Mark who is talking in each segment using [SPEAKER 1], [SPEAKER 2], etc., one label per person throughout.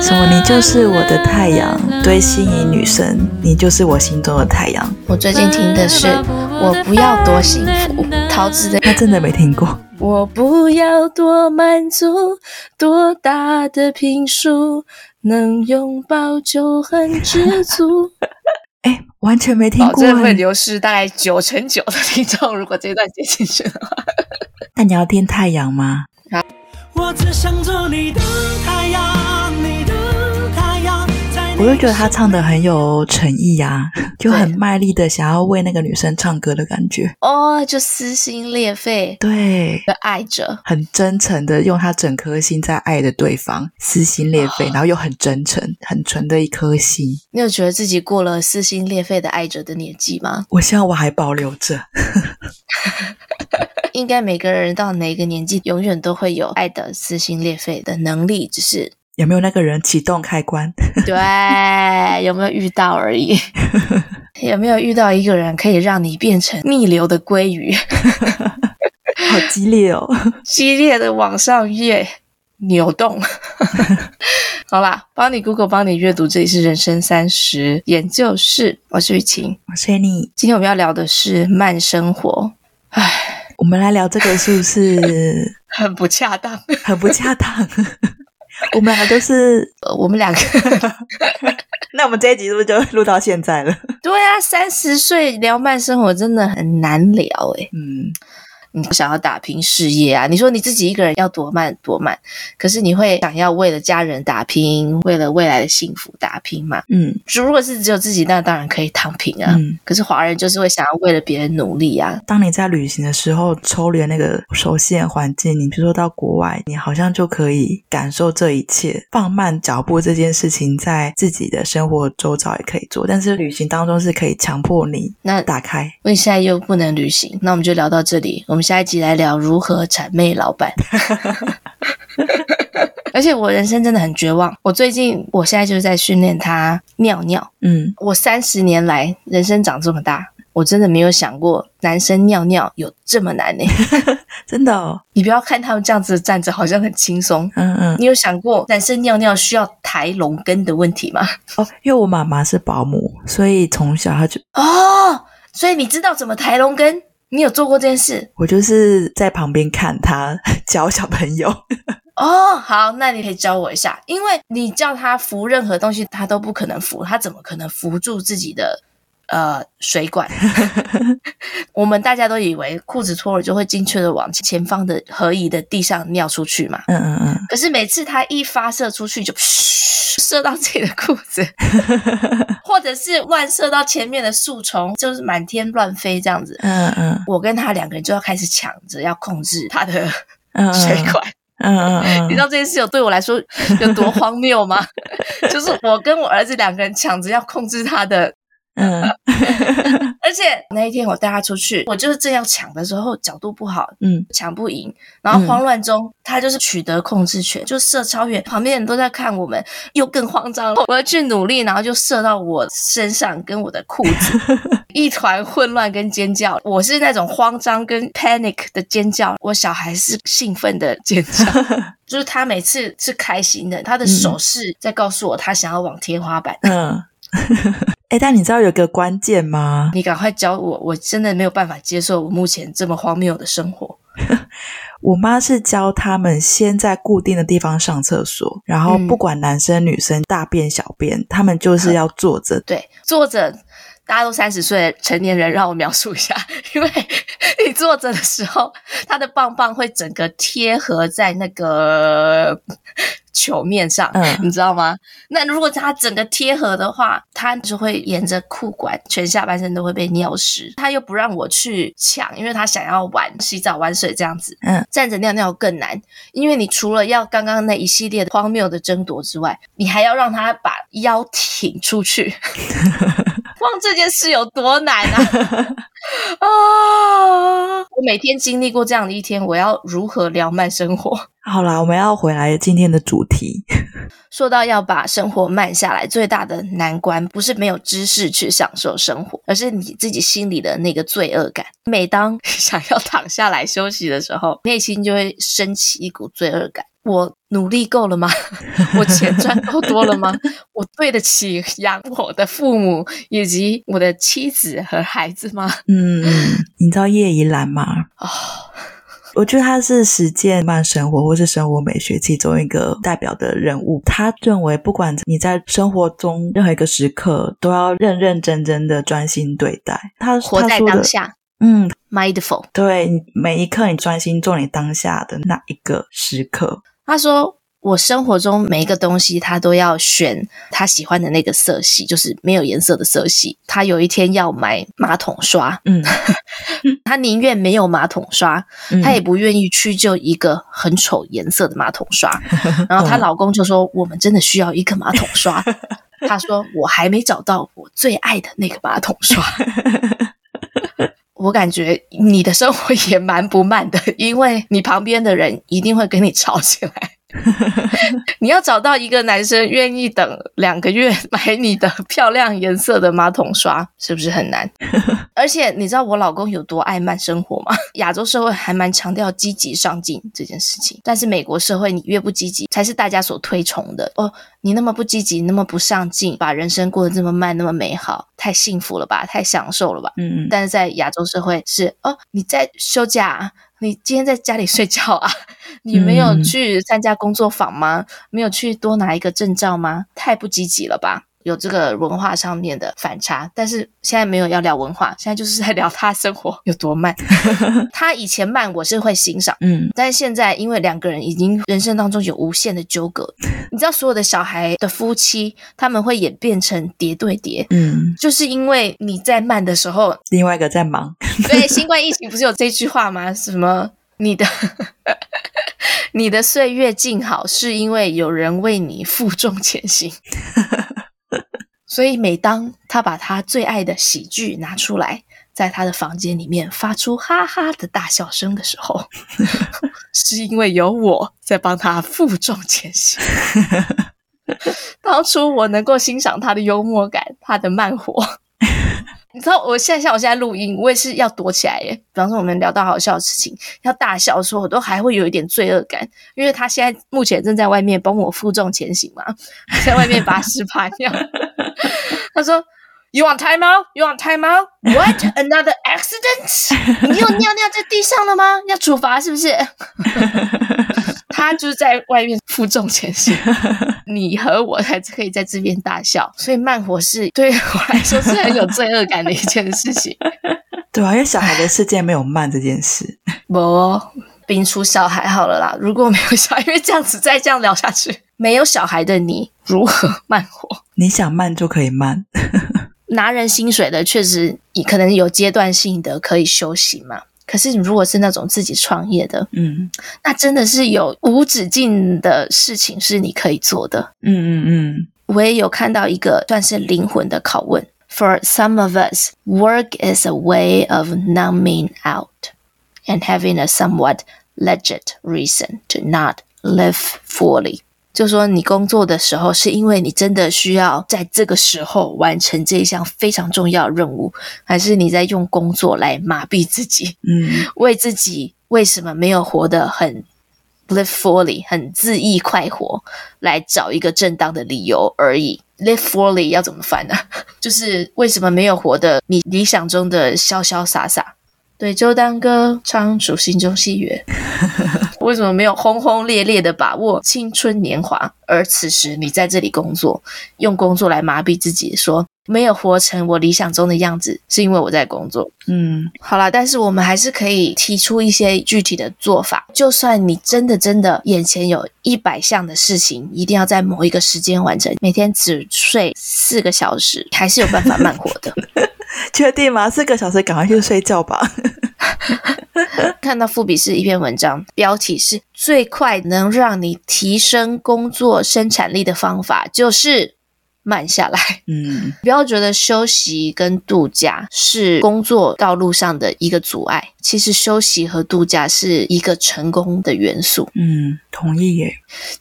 [SPEAKER 1] 什么你就是我的太阳，对心仪女生，你就是我心中的太阳。
[SPEAKER 2] 我最近听的是《我不要多幸福》，桃子的。
[SPEAKER 1] 那真的没听过。
[SPEAKER 2] 我不要多满足，多大的平数，能拥抱就很知足。
[SPEAKER 1] 哎、完全没听
[SPEAKER 3] 保
[SPEAKER 1] 过、
[SPEAKER 3] 证会
[SPEAKER 1] 欸。
[SPEAKER 3] 流失大概九成九的听众，如果这一段接进去的话。
[SPEAKER 1] 那你要听太阳吗？
[SPEAKER 4] 我只想做你的太阳，你的太阳。在你
[SPEAKER 1] 我就觉得他唱的很有诚意 呀、就很卖力的想要为那个女生唱歌的感觉。
[SPEAKER 2] 哦，就撕心裂肺
[SPEAKER 1] 对，
[SPEAKER 2] 的爱着。
[SPEAKER 1] 很真诚的用他整颗心在爱着对方，撕心裂肺，然后又很真诚、很纯的一颗心。
[SPEAKER 2] 你有觉得自己过了撕心裂肺的爱着的年纪吗？
[SPEAKER 1] 我希望我还保留着。
[SPEAKER 2] 应该每个人到哪个年纪，永远都会有爱的撕心裂肺的能力，只是
[SPEAKER 1] 有没有那个人启动开关？
[SPEAKER 2] 对，有没有遇到而已。 有没有遇到一个人可以让你变成逆流的鲑鱼，
[SPEAKER 1] 好激烈哦！
[SPEAKER 2] 激烈的往上跃扭动？ 好啦，帮你 Google，帮你阅读，这里是人生三十研究室，我是雨晴。
[SPEAKER 1] 我是你，
[SPEAKER 2] 今天我们要聊的是慢生活，唉，
[SPEAKER 1] 我们来聊这个是不是
[SPEAKER 3] 很不恰当，
[SPEAKER 1] 很不恰 当？我们俩都是，
[SPEAKER 2] 呃我们两个
[SPEAKER 1] 那我们这一集是不是就录到现在了？
[SPEAKER 2] 对啊，三十岁聊慢生活真的很难聊诶、
[SPEAKER 1] 嗯，
[SPEAKER 2] 你想要打拼事业啊？你说你自己一个人要多慢多慢，可是你会想要为了家人打拼，为了未来的幸福打拼嘛？
[SPEAKER 1] 嗯
[SPEAKER 2] 如果是只有自己，那当然可以躺平啊。
[SPEAKER 1] 嗯。
[SPEAKER 2] 可是华人就是会想要为了别人努力啊。
[SPEAKER 1] 当你在旅行的时候，抽离那个熟悉的环境，你比如说到国外，你好像就可以感受这一切，放慢脚步这件事情，在自己的生活周遭也可以做，但是旅行当中是可以强迫你
[SPEAKER 2] 那
[SPEAKER 1] 打开。
[SPEAKER 2] 因为现在又不能旅行，那我们就聊到这里。我们下一集来聊如何谄媚老板。而且我人生真的很绝望，我最近我现在就是在训练他尿尿。
[SPEAKER 1] 嗯，
[SPEAKER 2] 我三十年来人生长这么大，我真的没有想过男生尿尿有这么难呢、欸
[SPEAKER 1] 真的、哦，
[SPEAKER 2] 你不要看他们这样子站着，好像很轻松。
[SPEAKER 1] 嗯嗯，
[SPEAKER 2] 你有想过男生尿尿需要抬龙根的问题吗？
[SPEAKER 1] 哦，因为我妈妈是保姆，所以从小她就
[SPEAKER 2] 哦，所以你知道怎么抬龙根？你有做过这件事？
[SPEAKER 1] 我就是在旁边看她教小朋友。
[SPEAKER 2] 哦，好，那你可以教我一下，因为你叫他扶任何东西，他都不可能扶，他怎么可能扶住自己的呃水管？ 我们大家都以为裤子脱了就会精确的往前方的合宜的地上尿出去嘛，
[SPEAKER 1] 嗯嗯嗯，
[SPEAKER 2] 可是每次他一发射出去就射到自己的裤子，或者是乱射到前面的树丛，就是满天乱飞这样子。
[SPEAKER 1] 嗯嗯
[SPEAKER 2] 我跟他两个人就要开始抢着要控制他的
[SPEAKER 1] 嗯，
[SPEAKER 2] 水管，
[SPEAKER 1] 嗯嗯嗯，
[SPEAKER 2] 你知道这件事有对我来说有多荒谬吗？ 就是我跟我儿子两个人抢着要控制他的，
[SPEAKER 1] 嗯
[SPEAKER 2] 而且那一天我带他出去，我就是这样抢的时候角度不好，
[SPEAKER 1] 嗯
[SPEAKER 2] 抢不赢，然后慌乱中、他就是取得控制权，就射超远，旁边人都在看我们，又更慌张了。我要去努力，然后就射到我身上跟我的裤子，一团混乱跟尖叫。我是那种慌张跟 panic 的尖叫，我小孩是兴奋的尖叫。就是他每次是开心的，他的手势在告诉我他想要往天花板。
[SPEAKER 1] 嗯。 哎、但你知道有个关键吗？
[SPEAKER 2] 你赶快教我，我真的没有办法接受我目前这么荒谬的生活。
[SPEAKER 1] 我妈是教他们先在固定的地方上厕所，然后
[SPEAKER 2] 嗯
[SPEAKER 1] 不管男生女生大便小便，他们就是要坐着。
[SPEAKER 2] 对，坐着，大家都三十岁的成年人，让我描述一下，因为你坐着的时候，他的棒棒会整个贴合在那个球面上，
[SPEAKER 1] 嗯
[SPEAKER 2] 你知道吗？那如果他整个贴合的话，他就会沿着裤管，全下半身都会被尿湿。他又不让我去抢，因为他想要玩洗澡、玩水这样子。
[SPEAKER 1] 嗯，
[SPEAKER 2] 站着尿尿更难，因为你除了要刚刚那一系列的荒谬的争夺之外，你还要让他把腰挺出去。忘这件事有多难啊！啊，我每天经历过这样的一天，我要如何聊慢生活？
[SPEAKER 1] 好啦，我们要回来今天的主题。
[SPEAKER 2] 说到要把生活慢下来，最大的难关不是没有知识去享受生活，而是你自己心里的那个罪恶感。每当想要躺下来休息的时候，内心就会升起一股罪恶感。我努力够了吗？我钱赚够多了吗？我对得起养我的父母以及我的妻子和孩子吗？
[SPEAKER 1] 嗯，你知道叶怡兰吗？
[SPEAKER 2] 哦，
[SPEAKER 1] 我觉得他是实践慢生活或是生活美学其中一个代表的人物。他认为，不管你在生活中任何一个时刻，都要认认真真的专心对待。他
[SPEAKER 2] 活在当，下
[SPEAKER 1] 他说的嗯，
[SPEAKER 2] ，mindful。
[SPEAKER 1] 对，你每一刻你专心做你当下的那一个时刻。
[SPEAKER 2] 他说：“我生活中每一个东西，他都要选他喜欢的那个色系，就是没有颜色的色系。他有一天要买马桶刷，
[SPEAKER 1] 嗯，
[SPEAKER 2] 他宁愿没有马桶刷，
[SPEAKER 1] 嗯
[SPEAKER 2] 他也不愿意屈就一个很丑颜色的马桶刷。然后她老公就说：‘我们真的需要一个马桶刷。’她说：‘我还没找到我最爱的那个马桶刷。’我感觉你的生活也蛮不慢的，因为你旁边的人一定会跟你吵起来。你要找到一个男生愿意等两个月买你的漂亮颜色的马桶刷，是不是很难？而且你知道我老公有多爱慢生活吗？亚洲社会还蛮强调积极上进这件事情，但是美国社会你越不积极，才是大家所推崇的哦。你那么不积极，那么不上进，把人生过得这么慢，那么美好，太幸福了吧，太享受了吧？
[SPEAKER 1] 嗯，
[SPEAKER 2] 但是在亚洲社会是哦，你在休假、啊，你今天在家里睡觉啊，你没有
[SPEAKER 1] 嗯
[SPEAKER 2] 去参加工作坊吗？没有去多拿一个证照吗？太不积极了吧！有这个文化上面的反差，但是现在没有要聊文化，现在就是在聊他生活有多慢。他以前慢，我是会欣赏。
[SPEAKER 1] 嗯，
[SPEAKER 2] 但是现在，因为两个人已经人生当中有无限的纠葛，你知道，所有的小孩的夫妻他们会演变成叠对叠，
[SPEAKER 1] 嗯，
[SPEAKER 2] 就是因为你在慢的时候，
[SPEAKER 1] 另外一个在忙，
[SPEAKER 2] 对，新冠疫情不是有这句话吗？什么你的 你的岁月静好，是因为有人为你负重前行。所以每当他把他最爱的喜剧拿出来，在他的房间里面发出哈哈的大笑声的时候，是因为有我在帮他负重前行。当初我能够欣赏他的幽默感，他的慢活，你知道我现在像我现在录音，我也是要躲起来耶。比方说我们聊到好笑的事情，要大笑的时候，我都还会有一点罪恶感，因为他现在目前正在外面帮我负重前行嘛，他在外面把屎把尿。 他说：“You want time out? You want time out? What another accident? 你又尿尿在地上了吗？要处罚是不是？” 他就是在外面负重前行。你和我才可以在这边大笑，所以慢活是对我来说是很有罪恶感的一件事情。
[SPEAKER 1] 对啊，因为小孩的世界没有慢这件事。
[SPEAKER 2] 不哦，摒除小孩好了啦。如果没有小孩，因为这样子再这样聊下去，没有小孩的你如何慢活？
[SPEAKER 1] 你想慢就可以慢，
[SPEAKER 2] 拿人薪水的确实也可能有阶段性的可以休息嘛。可是你如果是那种自己创业的，
[SPEAKER 1] 嗯
[SPEAKER 2] 那真的是有无止境的事情是你可以做的。
[SPEAKER 1] 嗯嗯嗯，
[SPEAKER 2] 我也有看到一个算是灵魂的拷问。For some of us, work is a way of numbing out and having a somewhat legit reason to not live fully. 就说你工作的时候，是因为你真的需要在这个时候完成这一项非常重要的任务，还是你在用工作来麻痹自己？
[SPEAKER 1] 嗯
[SPEAKER 2] 为自己为什么没有活得很 live fully，很恣意快活，来找一个正当的理由而已。live fully 要怎么翻呢、 就是为什么没有活得你理想中的潇潇洒洒？对，就当歌唱出心中喜悦。为什么没有轰轰烈烈的把握青春年华？而此时你在这里工作，用工作来麻痹自己，说没有活成我理想中的样子，是因为我在工作。
[SPEAKER 1] 嗯，
[SPEAKER 2] 好啦，但是我们还是可以提出一些具体的做法。就算你真的真的眼前有一百项的事情，一定要在某一个时间完成，每天只睡四个小时，还是有办法慢活的。
[SPEAKER 1] 确定吗？四个小时，赶快去睡觉吧。
[SPEAKER 2] 看到富比士一篇文章，标题是“最快能让你提升工作生产力的方法就是慢下来”。
[SPEAKER 1] 嗯
[SPEAKER 2] 不要觉得休息跟度假是工作道路上的一个阻碍，其实休息和度假是一个成功的元素。
[SPEAKER 1] 嗯，同意耶。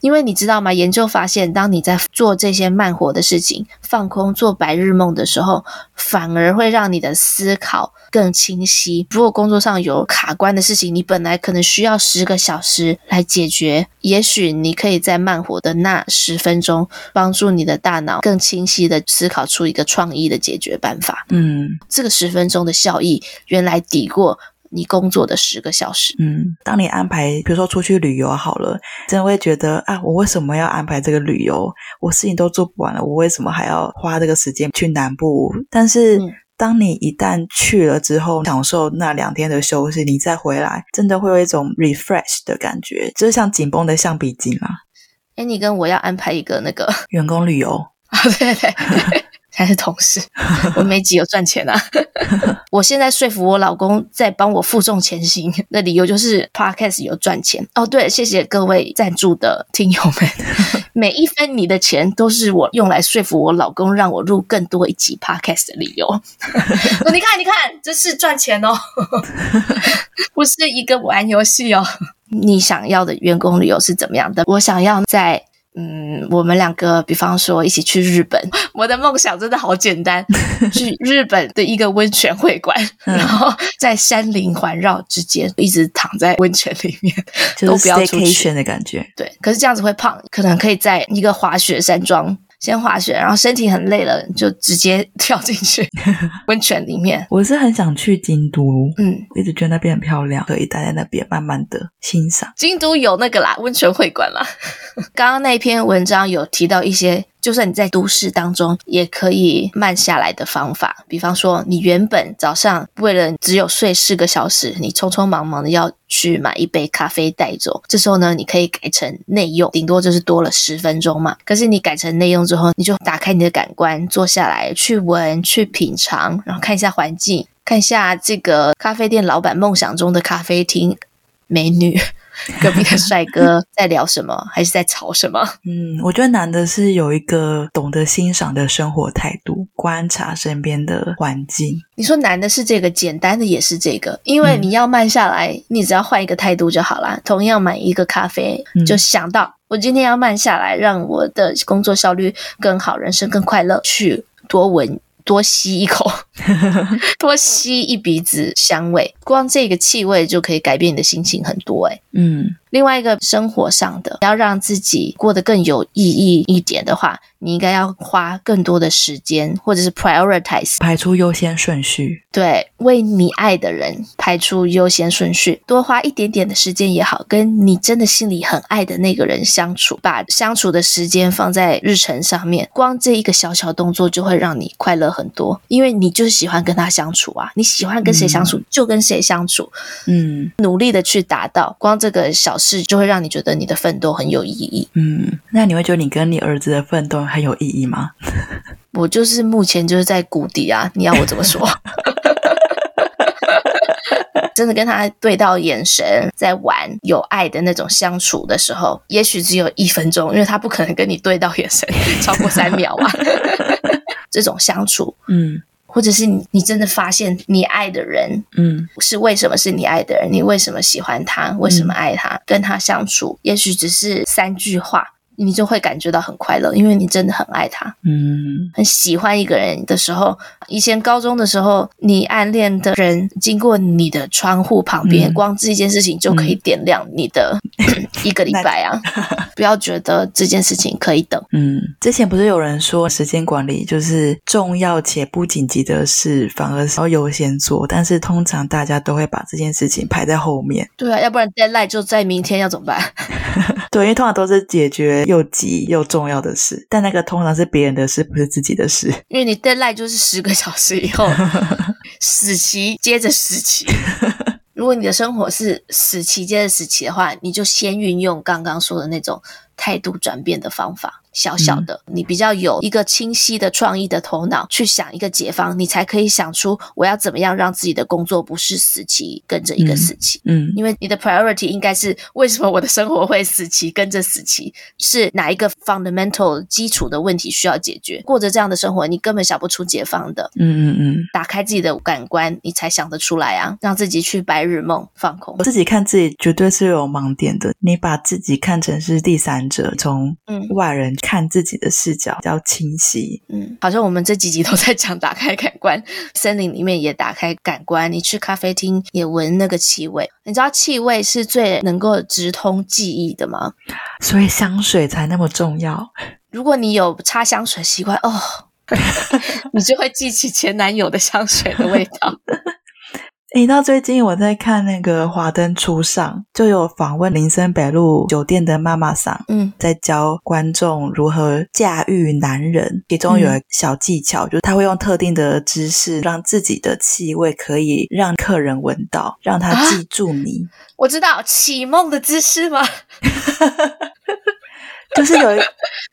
[SPEAKER 2] 因为你知道吗？研究发现，当你在做这些慢活的事情、放空、做白日梦的时候，反而会让你的思考更清晰。如果工作上有卡关的事情，你本来可能需要十个小时来解决，也许你可以在慢活的那十分钟，帮助你的大脑更清晰的思考出一个创意的解决办法。
[SPEAKER 1] 嗯
[SPEAKER 2] 这个十分钟的效益，原来抵过你工作的十个小时。
[SPEAKER 1] 嗯，当你安排，比如说出去旅游好了，真的会觉得啊，我为什么要安排这个旅游？我事情都做不完了，我为什么还要花这个时间去南部？但是。
[SPEAKER 2] 嗯
[SPEAKER 1] 当你一旦去了之后，享受那两天的休息，你再回来，真的会有一种 refresh 的感觉，就是像紧绷的橡皮筋嘛。
[SPEAKER 2] 哎，你跟我要安排一个那个
[SPEAKER 1] 员工旅游，
[SPEAKER 2] 啊，对对对，还是同事。我每集有赚钱啊。我现在说服我老公在帮我负重前行，那理由就是 podcast 有赚钱。哦，对，谢谢各位赞助的听友们，每一分你的钱都是我用来说服我老公让我录更多一集 podcast 的理由。哦你看，你看，这是赚钱哦，不是一个玩游戏哦。你想要的员工旅游是怎么样的？我想要在嗯，我们两个，比方说一起去日本， 我的梦想真的好简单，去日本的一个温泉会馆，
[SPEAKER 1] 嗯
[SPEAKER 2] 然后在山林环绕之间，一直躺在温泉里面，
[SPEAKER 1] 就
[SPEAKER 2] 都
[SPEAKER 1] 是
[SPEAKER 2] 不要出去
[SPEAKER 1] staycation 的感觉。
[SPEAKER 2] 对，可是这样子会胖，可能可以在一个滑雪山庄先滑雪，然后身体很累了，就直接跳进去温泉里面。
[SPEAKER 1] 我是很想去京都，
[SPEAKER 2] 嗯，
[SPEAKER 1] 我一直觉得那边很漂亮，可以待在那边慢慢的欣赏。
[SPEAKER 2] 京都有那个啦，温泉会馆啦。刚刚那篇文章有提到一些，就算你在都市当中，也可以慢下来的方法。比方说，你原本早上为了只有睡四个小时，你匆匆忙忙的要去买一杯咖啡带走，这时候呢，你可以改成内用，顶多就是多了十分钟嘛。可是你改成内用之后，你就打开你的感官，坐下来去闻、去品尝，然后看一下环境。看一下这个咖啡店老板梦想中的咖啡厅，美女，隔壁的帅哥在聊什么，还是在吵什么？
[SPEAKER 1] 嗯，我觉得难的是有一个懂得欣赏的生活态度，观察身边的环境。
[SPEAKER 2] 你说难的是这个，简单的也是这个，因为
[SPEAKER 1] 嗯
[SPEAKER 2] 你要慢下来，你只要换一个态度就好啦。同样买一个咖啡，
[SPEAKER 1] 嗯
[SPEAKER 2] 就想到我今天要慢下来，让我的工作效率更好，人生更快乐，去多闻。多吸一 口，多吸一鼻子香味，光这个气味就可以改变你的心情很多、欸。
[SPEAKER 1] 嗯
[SPEAKER 2] 另外一个生活上的，要让自己过得更有意义一点的话，你应该要花更多的时间，或者是 prioritize，
[SPEAKER 1] 排出优先顺序。
[SPEAKER 2] 对，为你爱的人排出优先顺序，多花一点点的时间也好，跟你真的心里很爱的那个人相处，把相处的时间放在日程上面，光这一个小小动作就会让你快乐很多，因为你就是喜欢跟他相处啊，你喜欢跟谁相处就跟谁相处，
[SPEAKER 1] 嗯
[SPEAKER 2] 努力的去达到，光这个小事就会让你觉得你的奋斗很有意义。
[SPEAKER 1] 嗯，那你会觉得你跟你儿子的奋斗很有意义吗？
[SPEAKER 2] 我就是目前就是在谷底啊，你要我怎么说？ 真的跟他对到眼神，在玩有爱的那种相处的时候，也许只有一分钟，因为他不可能跟你对到眼神超过三秒啊。这种相处，
[SPEAKER 1] 嗯
[SPEAKER 2] 或者是你你真的发现你爱的人
[SPEAKER 1] 嗯
[SPEAKER 2] 是为什么是你爱的人，你为什么喜欢他，为什么爱他，跟他相处，也许只是三句话，你就会感觉到很快乐，因为你真的很爱他，
[SPEAKER 1] 嗯
[SPEAKER 2] 很喜欢一个人的时候，以前高中的时候，你暗恋的人经过你的窗户旁边，
[SPEAKER 1] 嗯
[SPEAKER 2] 光这件事情就可以点亮你的、一个礼拜啊！不要觉得这件事情可以等，
[SPEAKER 1] 嗯。之前不是有人说时间管理就是重要且不紧急的事，反而是要优先做，但是通常大家都会把这件事情排在后面。
[SPEAKER 2] 对啊，要不然 deadline 就在明天，要怎么办？
[SPEAKER 1] 对，因为通常都是解决又急又重要的事，但那个通常是别人的事，不是自己的事。
[SPEAKER 2] 因为你 deadline 就是十个小时以后，死期接着死期。如果你的生活是死期接着死期的话，你就先运用刚刚说的那种态度转变的方法。小小的，你比较有一个清晰的创意的头脑去想一个解方，你才可以想出我要怎么样让自己的工作不是死期跟着一个死期。
[SPEAKER 1] 嗯
[SPEAKER 2] 因为你的 priority 应该是为什么我的生活会死期跟着死期，是哪一个 fundamental 基础的问题需要解决？过着这样的生活，你根本想不出解放的。
[SPEAKER 1] 嗯嗯嗯，
[SPEAKER 2] 打开自己的感官，你才想得出来啊！让自己去白日梦，放空
[SPEAKER 1] 我。自己看自己绝对是有盲点的。你把自己看成是第三者，从
[SPEAKER 2] 嗯
[SPEAKER 1] 外人看自己的视角比较清晰。
[SPEAKER 2] 嗯，好像我们这几集都在讲打开感官， 森林里面也打开感官，你去咖啡厅也闻那个气味。你知道气味是最能够直通记忆的吗？
[SPEAKER 1] 所以香水才那么重要。
[SPEAKER 2] 如果你有擦香水习惯，哦， 你就会记起前男友的香水的味道。
[SPEAKER 1] 诶，到最近我在看那个《华灯初上》，就有访问林森北路酒店的妈妈桑，
[SPEAKER 2] 嗯
[SPEAKER 1] 在教观众如何驾驭男人，其中有一个小技巧，就是他会用特定的姿势，让自己的气味可以让客人闻到，让他
[SPEAKER 2] 啊
[SPEAKER 1] 记住你。
[SPEAKER 2] 我知道启梦的姿势吗？
[SPEAKER 1] 就是 有一，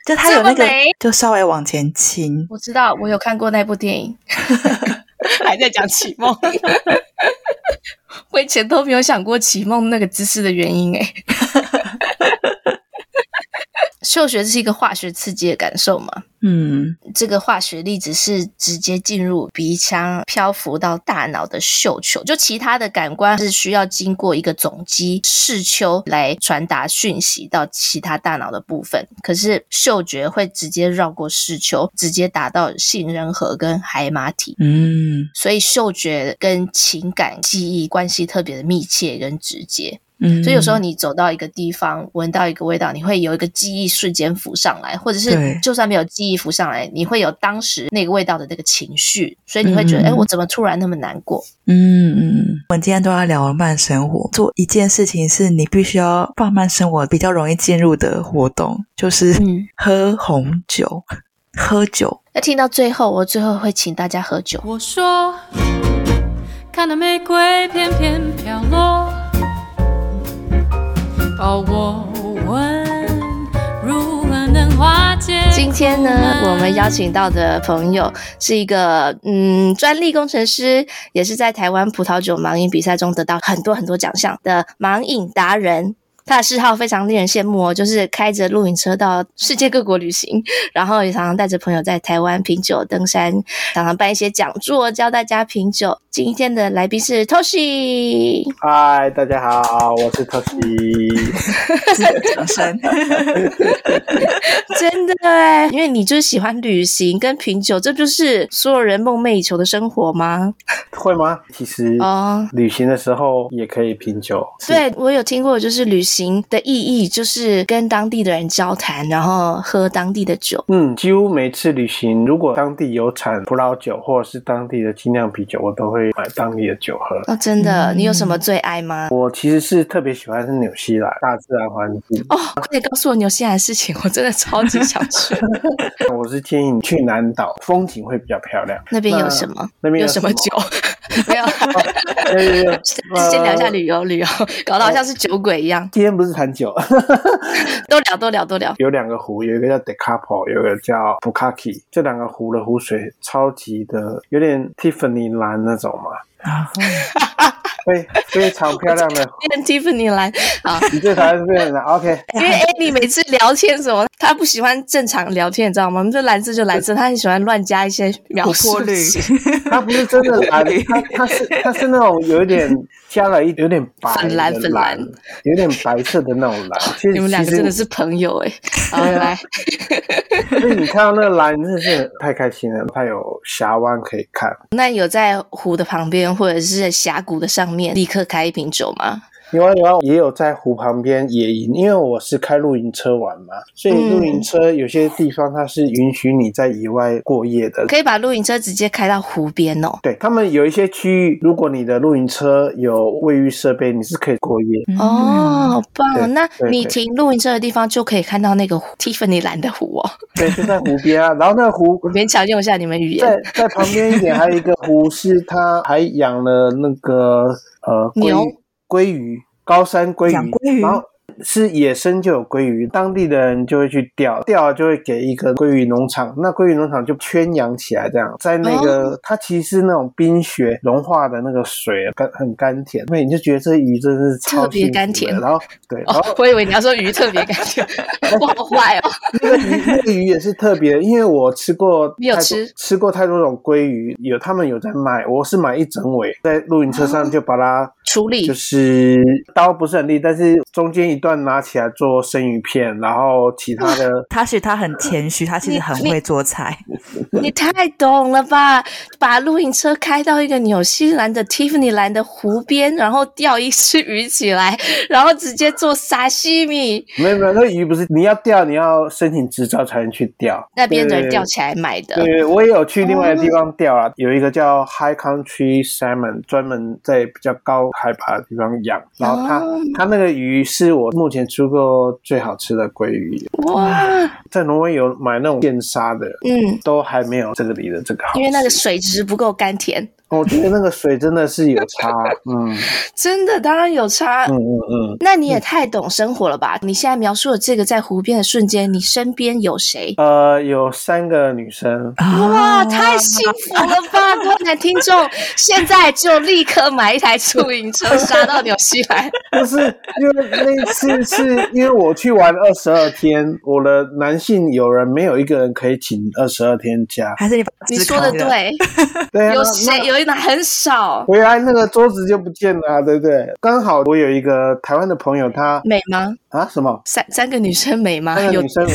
[SPEAKER 1] 就他有那
[SPEAKER 2] 这
[SPEAKER 1] 个
[SPEAKER 2] 么美，
[SPEAKER 1] 就稍微往前
[SPEAKER 3] 嗯
[SPEAKER 1] 倾。
[SPEAKER 2] 我知道，我有看过那部电影，
[SPEAKER 3] 还在讲启梦，
[SPEAKER 2] 我以前都没有想过启梦那个姿势的原因欸诶。 嗅觉是一个化学刺激的感受嘛？
[SPEAKER 1] 嗯
[SPEAKER 2] 这个化学粒子是直接进入鼻腔，漂浮到大脑的嗅球，就其他的感官是需要经过一个总机视丘来传达讯息到其他大脑的部分。可是嗅觉会直接绕过视丘，直接达到杏仁核跟海马体。
[SPEAKER 1] 嗯
[SPEAKER 2] 所以嗅觉跟情感记忆关系特别的密切跟直接，
[SPEAKER 1] 嗯，
[SPEAKER 2] 所以有时候你走到一个地方，闻到一个味道，你会有一个记忆瞬间浮上来，或者
[SPEAKER 1] 对
[SPEAKER 2] 是就算没有记忆浮上来，你会有当时那个味道的那个情绪，所以你会觉得，
[SPEAKER 1] 嗯
[SPEAKER 2] 哎、我怎么突然那么难过？
[SPEAKER 1] 嗯嗯，嗯我们今天都要聊慢生活。做一件事情是你必须要放慢生活比较容易进入的活动，就是
[SPEAKER 2] 嗯
[SPEAKER 1] 喝红酒。喝酒，
[SPEAKER 2] 那听到最后，我最后会请大家喝酒。
[SPEAKER 5] 我说，看那玫瑰片片飘落，把我问如何能化解。
[SPEAKER 2] 今天呢，我们邀请到的朋友是一个嗯专利工程师，也是在台湾葡萄酒盲饮比赛中得到很多很多奖项的盲饮达人。他的嗜好非常令人羡慕哦，就是开着露营车到世界各国旅行，然后也常常带着朋友在台湾品酒、登山，常常办一些讲座教大家品酒。今天的来宾是 Toshi，
[SPEAKER 6] 嗨，大家好，我是特 西。
[SPEAKER 1] 自己的掌 声。
[SPEAKER 2] 真的哎，因为你就是喜欢旅行跟品酒，这不就是所有人梦寐以求的生活吗？
[SPEAKER 6] 会吗？其实
[SPEAKER 2] 哦
[SPEAKER 6] 旅行的时候也可以品酒。
[SPEAKER 2] 对，我有听过，就是旅行的意义就是跟当地的人交谈，然后喝当地的酒。
[SPEAKER 6] 嗯，几乎每次旅行，如果当地有产葡萄酒或者是当地的精酿啤酒，我都会买当地的酒喝。
[SPEAKER 2] 哦，真的，你有什么最爱吗？
[SPEAKER 6] 我其实是特别喜欢是纽西兰大自然环境，
[SPEAKER 2] 哦，快点告诉我纽西兰的事情，我真的超级想去。
[SPEAKER 6] 我是建议你去南岛，风景会比较漂亮。
[SPEAKER 2] 那边有什么？
[SPEAKER 6] 那边
[SPEAKER 2] 有
[SPEAKER 6] 什
[SPEAKER 2] 什么酒？没有，
[SPEAKER 6] 对对对
[SPEAKER 2] 先先聊一下旅游，旅游搞得好像是酒鬼一样，
[SPEAKER 6] 今天不是谈酒，
[SPEAKER 2] 多聊多聊多聊。
[SPEAKER 6] 有两个湖，有一个叫 Decapo，有一个叫 Bukaki，这两个湖的湖水超级的有点 Tiffany 蓝那种嘛，
[SPEAKER 1] 啊，
[SPEAKER 6] 非非常漂亮的。
[SPEAKER 2] 变 Tiffany 蓝啊，
[SPEAKER 6] 你最讨厌 Tiffany 蓝？OK，
[SPEAKER 2] 因为 Annie 每次聊天什么，她不喜欢正常聊天，你知道吗？我们这蓝色就蓝色，她很喜欢乱加一些描述
[SPEAKER 1] 琥珀绿
[SPEAKER 2] 词。
[SPEAKER 6] 它不是真的 蓝，它它是它是那种有一点加了一有点白的
[SPEAKER 2] 粉蓝粉蓝
[SPEAKER 6] 有点白色的那种 蓝。其实
[SPEAKER 2] 你们两个真的，是朋友 哎、好，来，
[SPEAKER 6] 其实所以你看到那个蓝，真的是太开心了。它有峡湾可以看，
[SPEAKER 2] 那有在湖的旁边或者是在峡谷的上面立刻开一瓶酒吗？
[SPEAKER 6] 有啊有啊，也有在湖旁边野营，因为我是开露营车玩嘛，
[SPEAKER 2] 嗯
[SPEAKER 6] 所以露营车有些地方它是允许你在野外过夜的。
[SPEAKER 2] 可以把露营车直接开到湖边哦。
[SPEAKER 6] 对他们有一些区域，如果你的露营车有卫浴设备，你是可以过夜。
[SPEAKER 1] 嗯
[SPEAKER 2] 哦，好棒哦！
[SPEAKER 6] 嗯对
[SPEAKER 2] 那
[SPEAKER 6] 对
[SPEAKER 2] 你
[SPEAKER 6] 对
[SPEAKER 2] 停露营车的地方就可以看到那个湖 Tiffany 蓝的湖哦。
[SPEAKER 6] 对，就在湖边啊。然 后那个湖
[SPEAKER 2] 我勉强用一下你们语
[SPEAKER 6] 在
[SPEAKER 2] 言。
[SPEAKER 6] 在旁边一点，还有一个湖是它还养了那个呃
[SPEAKER 2] 牛
[SPEAKER 6] 鲑鲑鱼，高山鲑
[SPEAKER 1] 养
[SPEAKER 6] 鱼，
[SPEAKER 1] 鲑鱼
[SPEAKER 6] 然后是野生就有鲑鱼，当地的人就会去钓，钓了就会给一个鲑鱼农场，那鲑鱼农场就圈养起来，这样在那个、它其实是那种冰雪融化的那个水，甘很甘甜，所以你就觉得这鱼真的是超
[SPEAKER 2] 特别
[SPEAKER 6] 幸福
[SPEAKER 2] 甘
[SPEAKER 6] 的
[SPEAKER 2] 甜
[SPEAKER 6] 然后对，然后
[SPEAKER 3] 哦，我以为你要说鱼特别感 觉，我好坏哦。
[SPEAKER 6] 那个鱼，那个鱼也是特别，因为我吃过，
[SPEAKER 3] 你有
[SPEAKER 6] 太多
[SPEAKER 3] 吃
[SPEAKER 6] 吃过太多种鲑鱼，有他们有在卖，我是买一整尾，在露营车上就把它。
[SPEAKER 3] 处理
[SPEAKER 6] 就是刀不是很利，但是中间一段拿起来做生鱼片，然后其他 的
[SPEAKER 1] 他是他很谦虚，他其实很会做菜。
[SPEAKER 2] 你太懂了吧？把露营车开到一个纽西兰的 Tiffany 蓝的湖边，然后钓一只鱼起来， 然后直接做沙西米，
[SPEAKER 6] 没有没有，那个鱼不是你要钓，你要申请执照才能去钓。
[SPEAKER 2] 那边的人
[SPEAKER 6] 对
[SPEAKER 2] 钓起来买的。
[SPEAKER 6] 对，我也有去另外的地方钓
[SPEAKER 2] 哦
[SPEAKER 6] 啊，有一个叫 High Country Salmon，专门在比较高海拔的地方养。然后它、
[SPEAKER 2] 哦
[SPEAKER 6] 它那个鱼是我目前吃过最好吃的鲑鱼，
[SPEAKER 2] 哇，
[SPEAKER 6] 在挪威有买那种现杀的，
[SPEAKER 2] 嗯，
[SPEAKER 6] 都还没有这个里的这个好吃。
[SPEAKER 2] 因为那个水质不够甘甜，
[SPEAKER 6] 我觉得那个水真的是有差，嗯
[SPEAKER 2] 真的当然有差。
[SPEAKER 6] 嗯嗯嗯，
[SPEAKER 2] 那你也太懂生活了吧？你现在描述的这个在湖边的瞬间，你身边有谁？
[SPEAKER 6] 呃，有三个女生，
[SPEAKER 1] 哦
[SPEAKER 2] 哇，太幸福了吧！各位男听 众，现在就立刻买一台露营车，杀到纽西兰。
[SPEAKER 6] 就是因为那次是因为我去玩二十二天，我的男性友人没有一个人可以请二十二天假。
[SPEAKER 1] 还是你把它
[SPEAKER 2] 你
[SPEAKER 1] 吃
[SPEAKER 2] 说的
[SPEAKER 1] 烤了，
[SPEAKER 2] 对，
[SPEAKER 6] 对啊，
[SPEAKER 2] 有
[SPEAKER 6] 那
[SPEAKER 2] 谁有一拿很少
[SPEAKER 6] 回来那个桌子就不见了、啊，对不对？刚好我有一个台湾的朋友他，
[SPEAKER 2] 美吗？
[SPEAKER 6] 啊什么？
[SPEAKER 2] 三三个女生美吗？
[SPEAKER 6] 那个
[SPEAKER 2] 啊有
[SPEAKER 6] 女生哦，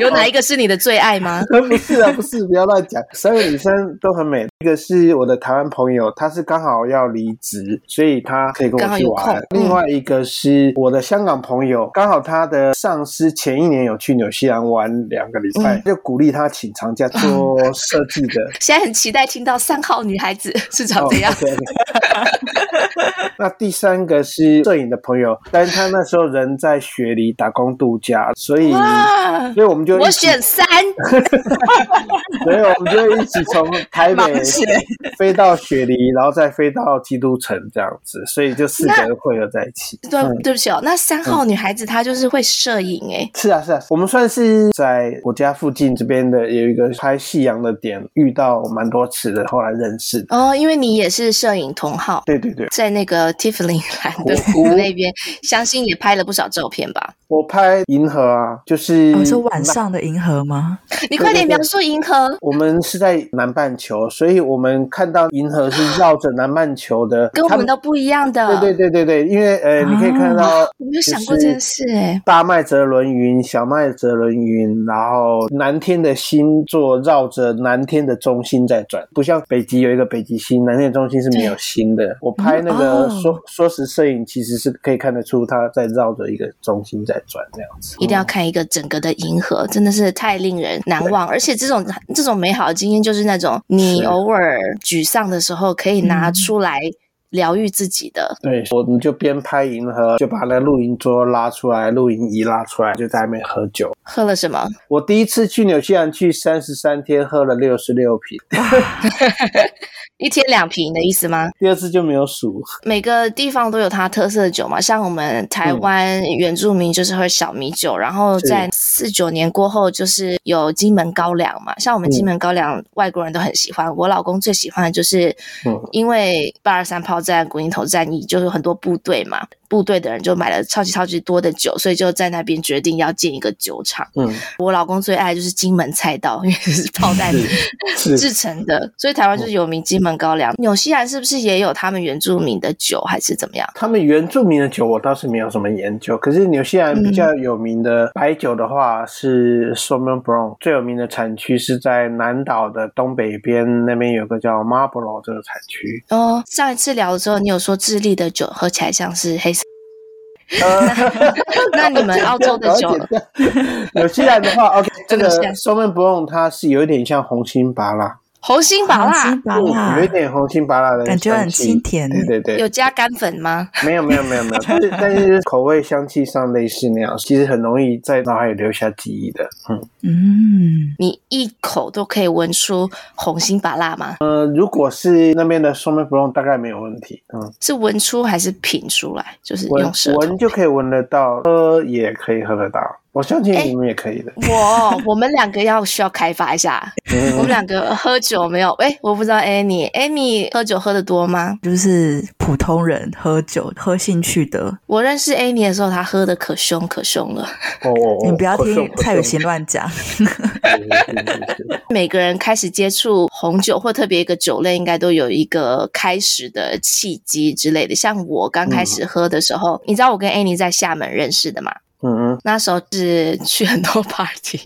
[SPEAKER 2] 有哪一个是你的最爱吗？
[SPEAKER 6] 不是啊，不是，不要乱讲。三个女生都很美，一个是我的台湾朋友，她是刚好要离职，所以她可以跟
[SPEAKER 2] 刚
[SPEAKER 6] 我
[SPEAKER 2] 好
[SPEAKER 6] 去
[SPEAKER 2] 有
[SPEAKER 6] 玩
[SPEAKER 2] 空。嗯
[SPEAKER 6] 另外一个是我的香港朋友，刚好她的上司前一年有去纽西兰玩两个礼
[SPEAKER 2] 嗯
[SPEAKER 6] 拜，就鼓励她请长假 做设计的。
[SPEAKER 2] 现在很期待听到三号女孩子是长怎样。
[SPEAKER 6] 哦，OK，OK 那第三个是摄影的朋友，但是他那时候人在雪梨打工度假，所以。
[SPEAKER 2] 哇！
[SPEAKER 6] 所以我们就一嗯
[SPEAKER 2] 我
[SPEAKER 6] 起，
[SPEAKER 2] 选三，
[SPEAKER 6] 所以我们就一起从台北
[SPEAKER 1] 哦
[SPEAKER 6] 飞到雪梨，然后再飞到基督城这样子，所以就四个人汇合在一起。嗯
[SPEAKER 2] 对对不起哦，那三号女孩子她就是会摄影欸诶，
[SPEAKER 6] 是啊，是啊，我们算是在我家附近这边的有一个拍夕阳的点，遇到蛮多次的，后来认识的。
[SPEAKER 2] 哦，因为你也是摄影同好，
[SPEAKER 6] 对对对，
[SPEAKER 2] 在那个 Tiffany 蓝的
[SPEAKER 6] 湖
[SPEAKER 2] 湖那边，相信也拍了不少照片吧？
[SPEAKER 6] 我拍银河啊，就是
[SPEAKER 1] 哦，是晚上的银河吗？
[SPEAKER 2] 你快点描述银河，
[SPEAKER 6] 我们是在南半球，所以我们看到银河是绕着南半球的，
[SPEAKER 2] 跟我们
[SPEAKER 6] 他
[SPEAKER 2] 都不一样哦的。
[SPEAKER 6] 对对对对对，因为呃，
[SPEAKER 1] 啊
[SPEAKER 6] 你可以看到
[SPEAKER 2] 我没有想过这件事欸诶。
[SPEAKER 6] 大麦哲伦云、小麦哲伦云，然后南天的星座绕着南天的中心在转，不像北极有一个北极星，南天的中心是没有星的。我拍那
[SPEAKER 1] 嗯
[SPEAKER 6] 个
[SPEAKER 1] 哦
[SPEAKER 6] 缩缩时摄影，其实是可以看得出它在绕着一个中心在转这样子。
[SPEAKER 2] 一定要看一个整个的银河，真的是太令人难忘。而且这种这种美好的经验，就是那种你
[SPEAKER 6] 是
[SPEAKER 2] 偶尔沮丧的时候可以拿
[SPEAKER 1] 嗯
[SPEAKER 2] 出来疗愈自己的。
[SPEAKER 6] 对，我们就边拍银河，就把那露营桌拉出来，露营椅拉出来，就在那边喝酒。
[SPEAKER 2] 喝了什么？
[SPEAKER 6] 我第一次去纽西兰去三十三天，喝了六十六瓶，
[SPEAKER 2] 一天两瓶的意思吗？
[SPEAKER 6] 第二次就没有数。
[SPEAKER 2] 每个地方都有它特色的酒嘛，像我们台湾原住民就是喝小米酒，然后
[SPEAKER 6] 嗯是
[SPEAKER 2] 在四九年过后就是有金门高粱嘛，像我
[SPEAKER 6] 嗯
[SPEAKER 2] 们金门高粱，外国人都很喜欢。我老公最喜欢的就是
[SPEAKER 6] 嗯，
[SPEAKER 2] 因为八二三炮战、古宁头战役，就有很多部队嘛，部队的人就买了超级超级多的酒，所以就在那边决定要建一个酒厂。
[SPEAKER 6] 嗯，
[SPEAKER 2] 我老公最爱就是金门菜刀，因为是炮弹
[SPEAKER 6] 是
[SPEAKER 2] 制成的，所以台湾就是
[SPEAKER 6] 哦
[SPEAKER 2] 有名金门高粱。纽西兰是不是也有他们原住民的酒，还是怎么样？
[SPEAKER 6] 他们原住民的酒我倒是没有什么研究，可是纽西兰比较有名的白酒的话是 s o m e r b r o w n 最有名的产区是在南岛的东北边，那边有个叫 Marlborough 这个产区。
[SPEAKER 2] 哦，上一次聊的时候，你有说智利的酒喝起来像是黑色， 那你们澳洲的酒
[SPEAKER 6] 呃了解。纽西兰的话，OK，这
[SPEAKER 2] 这
[SPEAKER 6] 个
[SPEAKER 2] 个
[SPEAKER 6] s
[SPEAKER 2] 是
[SPEAKER 6] o m e r b r o w n 它是有一点像红心芭拉，
[SPEAKER 2] 红心啊宝
[SPEAKER 1] 红
[SPEAKER 2] 辣
[SPEAKER 1] 心拔辣
[SPEAKER 6] 有一，点红心巴辣的香气，
[SPEAKER 1] 感觉很清甜
[SPEAKER 6] 对对对，
[SPEAKER 2] 有加干粉吗？
[SPEAKER 6] 没有没有没有没有，但是但是就是口味香气上类似那样，其实很容易在脑海里留下记忆的。嗯，
[SPEAKER 1] 嗯，
[SPEAKER 2] 你一口都可以闻出红心宝辣吗？
[SPEAKER 6] 呃，如果是那边的 s o m e r b r o w n 大概没有问题。嗯，
[SPEAKER 2] 是闻出还是品出来？就是
[SPEAKER 6] 闻
[SPEAKER 2] 用舌头。
[SPEAKER 6] 闻就可以闻得到，喝也可以喝得到。我相信你们也可以的。
[SPEAKER 2] 我我们两个要需要开发一 下，我们
[SPEAKER 6] 嗯，
[SPEAKER 2] 两个喝酒没有？哎、我不知道 Amy，Amy 喝酒喝的多吗？
[SPEAKER 1] 就是普通人喝酒喝兴趣的，
[SPEAKER 2] 我认识 Amy 的时候，她喝的可凶可凶了。
[SPEAKER 6] 哦哦哦，
[SPEAKER 1] 你不要
[SPEAKER 6] 口
[SPEAKER 1] 听
[SPEAKER 6] 重
[SPEAKER 1] 蔡雨欣。乱讲。
[SPEAKER 6] 口重是是是
[SPEAKER 2] 每个人开始接触红酒或特别一个酒类，应该都有一个开始的契机之类的。像我刚开始喝的时候，你知道我跟 Annie 在厦门认识的嘛？
[SPEAKER 6] 嗯嗯
[SPEAKER 2] 那时候是去很多 party。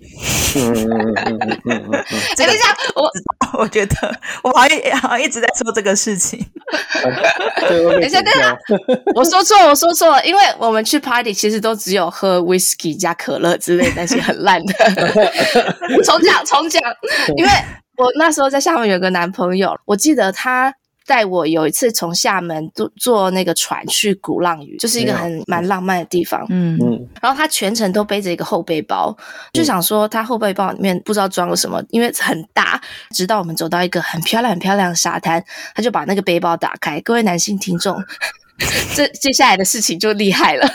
[SPEAKER 6] 嗯嗯嗯嗯嗯嗯嗯嗯，
[SPEAKER 2] 等一下，我
[SPEAKER 1] 我觉得我好像好像一直在说这个事情。
[SPEAKER 6] 对，我
[SPEAKER 2] 等一下等一下我说错，我说错了，因为我们去 party 其实都只有喝 whisky 加可乐之类那些很烂的。重讲重讲，因为我那时候在厦门有个男朋友，我记得他。带我有一次从厦门坐坐那个船去鼓浪屿，就是一个很蛮浪漫的地方。
[SPEAKER 1] 嗯
[SPEAKER 6] 嗯
[SPEAKER 2] 然后他全程都背着一个后背包，就想说他后背包里面不知道装了什么，因为很大。直到我们走到一个很漂亮、很漂亮的沙滩，他就把那个背包打开。各位男性听众， 这接下来的事情就厉害了，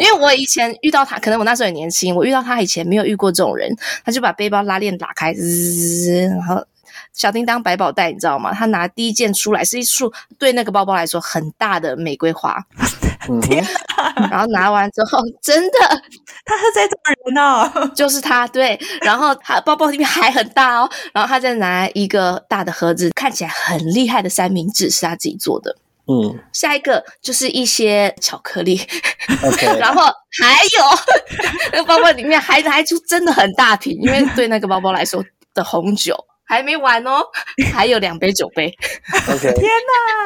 [SPEAKER 2] 因为我以前遇到他，可能我那时候也年轻，我遇到他以前没有遇过这种人，他就把背包拉链打开，滋，然后。小叮当百宝袋，你知道吗？他拿第一件出来是一束对那个包包来说很大的玫瑰花，
[SPEAKER 6] 嗯嗯
[SPEAKER 2] 然后拿完之后，真的
[SPEAKER 1] 他是这种人哦，
[SPEAKER 2] 就是它，对。然后它包包里面还很大哦，然后他再拿一个大的盒子，看起来很厉害的三明治是他自己做的。
[SPEAKER 6] 嗯
[SPEAKER 2] 下一个就是一些巧克力，
[SPEAKER 6] ，OK，
[SPEAKER 2] 然后还有那个包包里面还拿出真的很大瓶，因为对那个包包来说的红酒还没完哦，还有两杯酒杯，
[SPEAKER 6] OK，
[SPEAKER 1] 天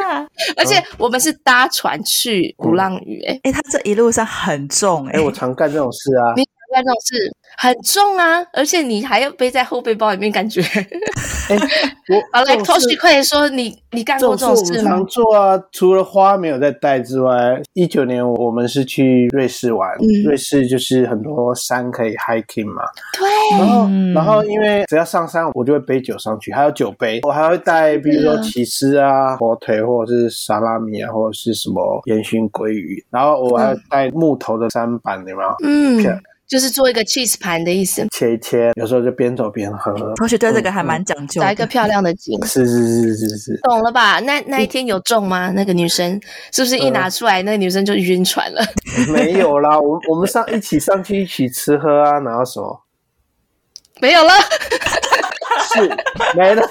[SPEAKER 1] 哪！
[SPEAKER 2] 而且我们是搭船去鼓浪屿、欸，哎、
[SPEAKER 1] 哎、他这一路上很重哎、
[SPEAKER 6] 哎，我常干这种事啊。
[SPEAKER 2] 你那种是很重啊，而且你还要背在后背包里面，感觉。
[SPEAKER 6] 哎，我
[SPEAKER 2] 好来
[SPEAKER 6] 这种
[SPEAKER 2] 偷
[SPEAKER 6] 事
[SPEAKER 2] 袭快点说你你干过这种
[SPEAKER 6] 种事
[SPEAKER 2] 事
[SPEAKER 6] 我们
[SPEAKER 2] 吗
[SPEAKER 6] 常？做啊，除了花没有在带之外，一九年我们是去瑞士玩，
[SPEAKER 2] 嗯
[SPEAKER 6] 瑞士就是很多山可以 hiking 嘛，
[SPEAKER 2] 对，
[SPEAKER 6] 然后、
[SPEAKER 1] 嗯
[SPEAKER 6] 然后因为只要上山，我就会背酒上去，还有酒杯，我还会带，比如说起司啊、火腿或者是沙拉米啊，或者是什么烟熏鲑鱼，然后我还会带木头的砧板，有没有？
[SPEAKER 2] 嗯
[SPEAKER 6] 骗，
[SPEAKER 2] 就是做一个 cheese 盘的意思，
[SPEAKER 6] 切一切，有时候就边走边喝，
[SPEAKER 1] 同学对这
[SPEAKER 6] 嗯
[SPEAKER 1] 个还蛮讲究的
[SPEAKER 2] 找一个漂亮的景。
[SPEAKER 6] 是是是是是，
[SPEAKER 2] 懂了吧？那那一天有中吗？那个女生是不是一拿出来，那个女生就晕船了？
[SPEAKER 6] 没有啦，我我们上一起上去一起吃喝啊，然后什么。
[SPEAKER 2] 没有了，
[SPEAKER 6] 是没了，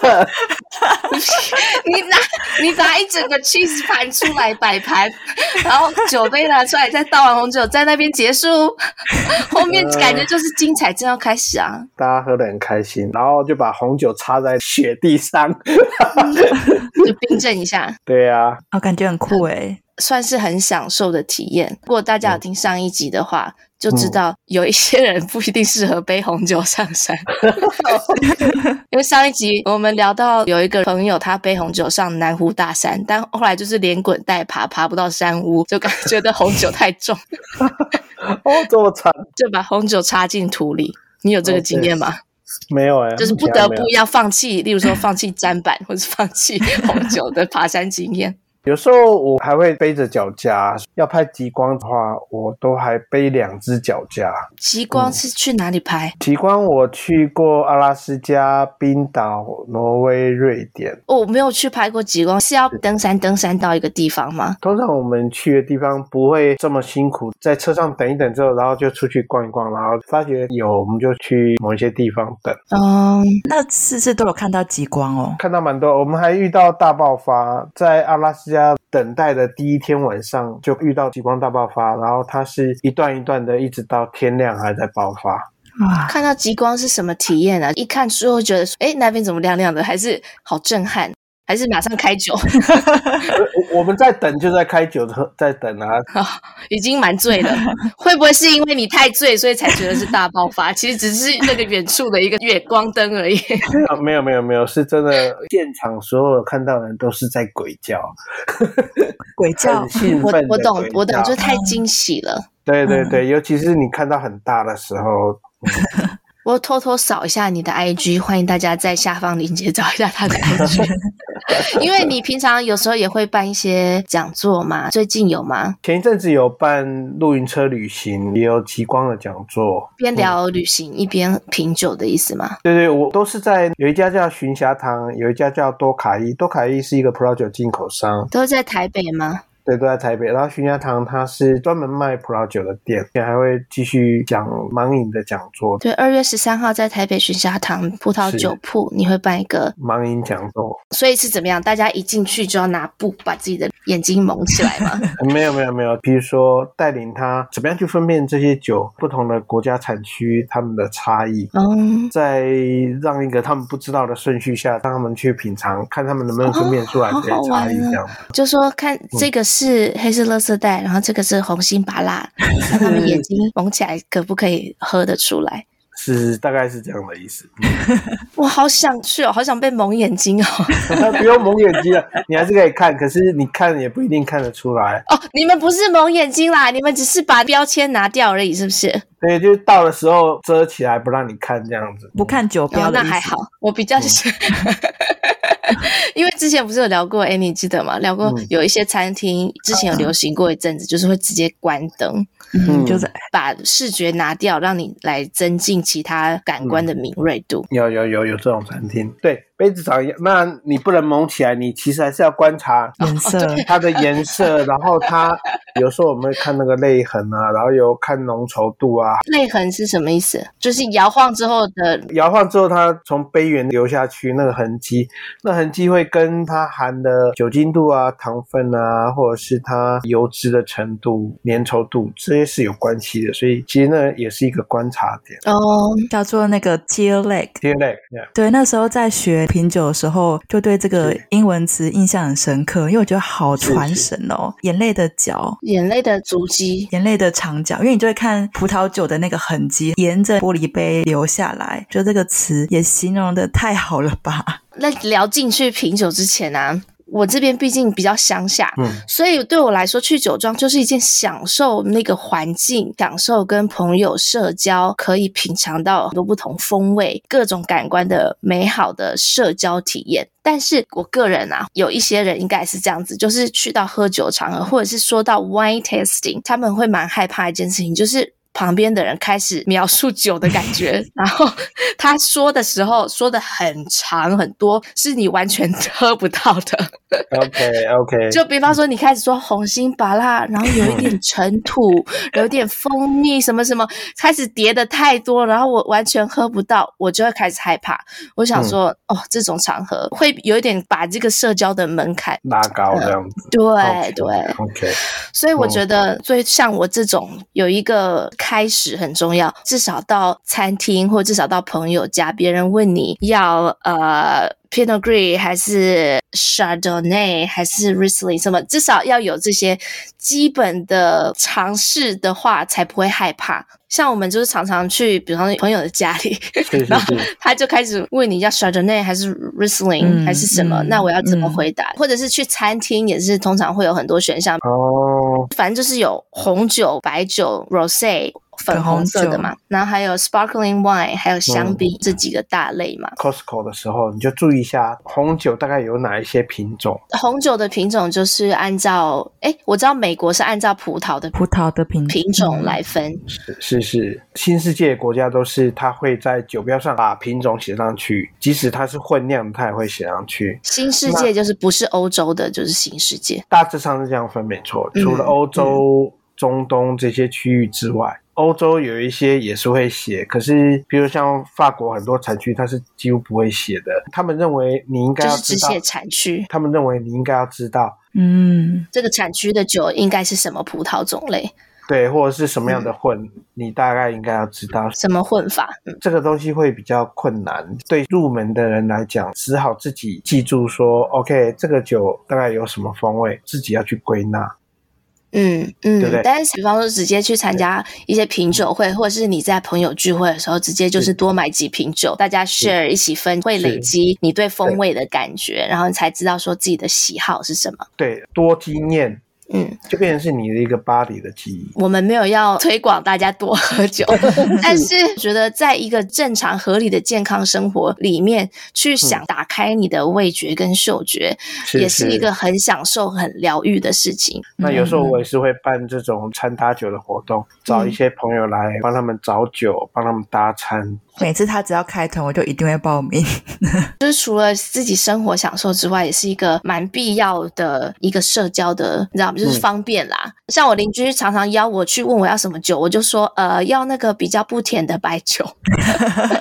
[SPEAKER 2] 你拿你拿一整个 cheese 盘出来摆盘， 然后酒杯拿出来，再倒完红酒，在那边结束。 后面感觉就是精彩正要开始啊！
[SPEAKER 6] 大家喝得很开心，然后就把红酒插在雪地上。
[SPEAKER 2] 就冰镇一下。
[SPEAKER 6] 对呀、
[SPEAKER 1] 哦，感觉很酷哎、
[SPEAKER 2] 算是很享受的体验。如果大家有听上一集的话，
[SPEAKER 6] 嗯
[SPEAKER 2] 就知道有一些人不一定适合背红酒上 山，因为上一集我们聊到有一个朋友他背红酒上南湖大山，但后来就是连滚带爬爬不到山屋，就感觉得红酒太重，
[SPEAKER 6] 哦，这么惨，
[SPEAKER 2] 就把红酒插进土里。你有这个经验吗
[SPEAKER 6] 没有哎、
[SPEAKER 2] 就是不
[SPEAKER 6] 目前
[SPEAKER 2] 得
[SPEAKER 6] 哦还没有
[SPEAKER 2] 不要放弃，例如说放弃砧板，或是放弃红酒的爬山经验。
[SPEAKER 6] 有时候我还会背着脚架，要拍极光的话，我都还背两只脚架。
[SPEAKER 2] 极光是去哪里拍？
[SPEAKER 6] 极光我去过阿拉斯加、冰岛、挪威、瑞典。
[SPEAKER 2] 哦我没有去拍过极光，是要登山登山到一个地方吗？
[SPEAKER 6] 通常我们去的地方不会这么辛苦，在车上等一等之后，然后就出去逛一逛，然后发觉有我们就去某一些地方等。
[SPEAKER 2] 嗯，
[SPEAKER 1] 那次次都有看到极光哦，
[SPEAKER 6] 看到蛮多，我们还遇到大爆发，在阿拉斯加等待的第一天晚上就遇到极光大爆发，然后它是一段一段的，一直到天亮还在爆发。
[SPEAKER 1] 哇，
[SPEAKER 2] 看到极光是什么体验啊？一看之后觉得说，哎，那边怎么亮亮的？还是好震撼。还是马上开酒？
[SPEAKER 6] 我我们在等，就在开酒的时候在等啊。
[SPEAKER 2] 已经蛮醉了，会不会是因为你太醉，所以才觉得是大爆发？其实只是那个远处的一个月光灯而已。
[SPEAKER 6] 啊没有没有没有，是真的，现场所有看到的人都是在鬼叫，
[SPEAKER 1] 鬼叫
[SPEAKER 6] 很，兴
[SPEAKER 2] 我
[SPEAKER 6] 奋的
[SPEAKER 2] 我懂
[SPEAKER 6] 鬼，
[SPEAKER 2] 我懂，
[SPEAKER 6] 叫
[SPEAKER 2] 就是嗯太惊喜了。
[SPEAKER 6] 对对对，尤其是你看到很大的时候，
[SPEAKER 2] 我偷偷扫一下你的 IG，欢迎大家在下方链接找一下他的 IG，因为你平常有时候也会办一些讲座嘛，最近有吗？
[SPEAKER 6] 前一阵子有办露营车旅行，也有极光的讲座。
[SPEAKER 2] 边聊旅行一边品酒的意思吗？
[SPEAKER 6] 对对，我都是在有一家叫寻霞堂，有一家叫多卡伊。多卡伊是一个葡萄酒进口商，
[SPEAKER 2] 都在台北吗？
[SPEAKER 6] 对，都在台北。然后寻霞堂它是专门卖葡萄酒的店，也还会继续讲盲饮的讲座、
[SPEAKER 2] 对，二月十三号在台北寻霞堂葡萄
[SPEAKER 6] 是
[SPEAKER 2] 酒铺，你会办一个
[SPEAKER 6] 盲饮讲座。
[SPEAKER 2] 所以是怎么样？大家一进去就要拿布把自己的眼睛蒙起来吗？
[SPEAKER 6] 没有没有没有，比如说带领他怎么样去分辨这些酒不同的国家产区它们的差异，
[SPEAKER 2] 嗯，
[SPEAKER 6] 在让一个他们不知道的顺序下，让他们去品尝，看他们能不能分辨出来这些差异，这样。
[SPEAKER 2] 就说看这个是黑色垃圾袋，然后这个是红心拔蜡，让他们眼睛蒙起来，可不可以喝得出来？
[SPEAKER 6] 是大概是这样的意思，
[SPEAKER 2] 我好想去哦，好想被蒙眼睛哦！
[SPEAKER 6] 不用蒙眼睛了，你还是可以看，可是你看也不一定看得出来。
[SPEAKER 2] 哦，你们不是蒙眼睛啦，你们只是把标签拿掉而已，是不是？
[SPEAKER 6] 对，就是到的时候遮起来不让你看这样子。
[SPEAKER 1] 不看酒
[SPEAKER 2] 哦
[SPEAKER 1] 标，的
[SPEAKER 2] 那
[SPEAKER 1] 意思嗯
[SPEAKER 2] 还好，我比较是， 因为之前不是有聊过，哎，你记得吗？聊过
[SPEAKER 6] 嗯
[SPEAKER 2] 有一些餐厅之前有流行过一阵子，就是会直接关灯，
[SPEAKER 1] 嗯，
[SPEAKER 6] 嗯
[SPEAKER 1] 就是
[SPEAKER 2] 把视觉拿掉，让你来增进其他感官的
[SPEAKER 1] 嗯
[SPEAKER 2] 敏锐度。
[SPEAKER 6] 有有有有这种餐厅，对，杯子长一样，那你不能蒙起来，你其实还是要观察
[SPEAKER 1] 颜色，
[SPEAKER 2] 哦
[SPEAKER 6] 它的颜色，然后它有时候我们会看那个泪痕啊，然后有看浓稠度啊，
[SPEAKER 2] 泪痕是什么意思？就是摇晃之后的
[SPEAKER 6] 摇晃之后它从杯缘流下去那个痕迹，那痕迹会跟它含的酒精度啊、糖分啊，或者是它油脂的程度、粘稠度这些是有关系的，所以其实那也是一个观察点。
[SPEAKER 2] 哦，
[SPEAKER 1] 叫做那个 tear lake。
[SPEAKER 6] 第二类，yeah
[SPEAKER 1] 对，那时候在学品酒的时候，就对这个
[SPEAKER 6] 是
[SPEAKER 1] 英文词印象很深刻，因为我觉得好传神哦，眼泪的脚。
[SPEAKER 2] 眼泪的足迹。
[SPEAKER 1] 眼泪的长角，因为你就会看葡萄酒的那个痕迹沿着玻璃杯流下来，就这个词也形容的太好了吧？
[SPEAKER 2] 那聊进去品酒之前啊，我这边毕竟比较乡下，
[SPEAKER 6] 嗯，
[SPEAKER 2] 所以对我来说，去酒庄就是一件享受那个环境、享受跟朋友社交，可以品尝到很多不同风味、各种感官的美好的社交体验。但是我个人啊，有一些人应该也是这样子，就是去到喝酒场合，或者是说到 wine tasting，他们会蛮害怕一件事情，就是。旁边的人开始描述酒的感觉，然后他说的时候说的很长很多，是你完全喝不到的。
[SPEAKER 6] OK OK，
[SPEAKER 2] 就比方说，你开始说红心拔辣，然后有一点尘土，有一点蜂蜜什么什么，开始叠的太多，然后我完全喝不到，我就会开始害怕。我想说，哦，这种场合会有一点把这个社交的门槛，
[SPEAKER 6] 拉高这样子。
[SPEAKER 2] 对
[SPEAKER 6] OK，
[SPEAKER 2] 对，
[SPEAKER 6] OK，
[SPEAKER 2] 所以我觉
[SPEAKER 6] 哦
[SPEAKER 2] 得，最像我这种有一个开始很重要，至少到餐厅或至少到朋友家，别人问你要呃 Pinot Gris 还是 Chardonnay 还是 Riesling 什么，至少要有这些基本的尝试的话，才不会害怕。像我们就是常常去，比方说朋友的家里，
[SPEAKER 6] 是是
[SPEAKER 2] 然后
[SPEAKER 6] 是，
[SPEAKER 2] 他就开始问你要 Chardonnay 还是 Riesling、
[SPEAKER 1] 嗯
[SPEAKER 2] 还是什么，
[SPEAKER 1] 嗯
[SPEAKER 2] 那我要怎么
[SPEAKER 1] 嗯
[SPEAKER 2] 回答？或者是去餐厅也是通常会有很多选项，
[SPEAKER 6] 哦，
[SPEAKER 2] 反正就是有红酒、白酒、rosé 粉红色的嘛，然后还有 sparkling wine，还有香槟、这几个大类嘛。
[SPEAKER 6] Costco 的时候，你就注意一下红酒大概有哪一些品种。
[SPEAKER 2] 红酒的品种就是按照，哎，我知道美国是按照葡萄的
[SPEAKER 1] 葡萄的品
[SPEAKER 2] 品种来分，
[SPEAKER 6] 是是是，新世界国家都是它会在酒标上把品种写上去，即使它是混酿，它也会写上去。
[SPEAKER 2] 新世界就是不是欧洲的，就是新世界。
[SPEAKER 6] 大致上是这样分，没错。
[SPEAKER 2] 嗯
[SPEAKER 6] 除了欧洲、中东这些区域之外，欧洲有一些也是会写，可是比如像法国很多产区，它是几乎不会写的。他们认为你应该
[SPEAKER 2] 就
[SPEAKER 6] 要
[SPEAKER 2] 是只
[SPEAKER 6] 知道
[SPEAKER 2] 写，产区，
[SPEAKER 6] 他们认为你应该要知道
[SPEAKER 1] 嗯，
[SPEAKER 2] 这个产区的酒应该是什么葡萄种类？
[SPEAKER 6] 对，或者是什么
[SPEAKER 2] 嗯
[SPEAKER 6] 样的混，你大概应该要知道。
[SPEAKER 2] 什么混法？嗯
[SPEAKER 6] 这个东西会比较困难，对入门的人来讲，只好自己记住说，OK，这个酒大概有什么风味，自己要去归纳。
[SPEAKER 2] 嗯
[SPEAKER 6] 对不对
[SPEAKER 2] 嗯。但是比方说直接去参加一些品酒会，或者是你在朋友聚会的时候，直接就是
[SPEAKER 6] 是
[SPEAKER 2] 多买几瓶酒，大家 share 一起分，会累积你对风
[SPEAKER 6] 对
[SPEAKER 2] 味的感觉，然后你才知道说自己的喜好是什么。
[SPEAKER 6] 对，多经验
[SPEAKER 2] 嗯。
[SPEAKER 6] 就变成是你的一个 body 的记忆。
[SPEAKER 2] 我们没有要推广大家多喝酒， 但是觉得在一个正常合理的健康生活里面，去想打开你的味觉跟嗅觉，
[SPEAKER 6] 嗯是
[SPEAKER 2] 也是一个嗯很享受、很疗愈的事情。
[SPEAKER 6] 那有时候我也是会办这种餐搭酒的活动，找一些朋友来帮他们找酒，帮他们搭餐。
[SPEAKER 1] 每次他只要开团，我就一定会报名。
[SPEAKER 2] 就是除了自己生活享受之外，也是一个蛮必要的一个社交的，你知道吗？就是
[SPEAKER 6] 嗯
[SPEAKER 2] 方便啦。像我邻居常常邀我去问我要什么酒，我就说呃要那个比较不甜的白酒，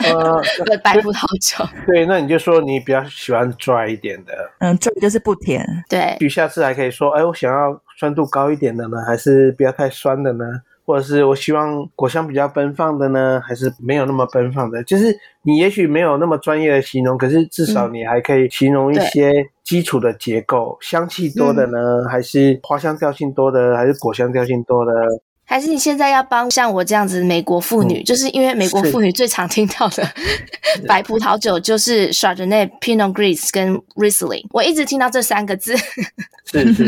[SPEAKER 6] 呃，
[SPEAKER 2] 白葡萄酒。
[SPEAKER 6] 对，那你就说你比较喜欢 dry 一点的，
[SPEAKER 1] 嗯，这就是不甜。
[SPEAKER 2] 对，
[SPEAKER 6] 去下次还可以说，哎，我想要酸度高一点的呢，还是不要太酸的呢？或者是我希望果香比较奔放的呢，还是没有那么奔放的？就是你也许没有那么专业的形容，可是至少你还可以形容一
[SPEAKER 2] 嗯对嗯
[SPEAKER 6] 些基础的结构，香气多的呢，还是花香调性多的，还是果香调性多的？
[SPEAKER 2] 还是你现在要帮像我这样子的美国妇女，
[SPEAKER 6] 嗯
[SPEAKER 2] 就是因为美国
[SPEAKER 6] 是
[SPEAKER 2] 妇女最常听到的 白葡萄酒就是 Chardonnay、Pinot Gris 跟 Riesling，我一直听到这三个字，
[SPEAKER 6] 是是，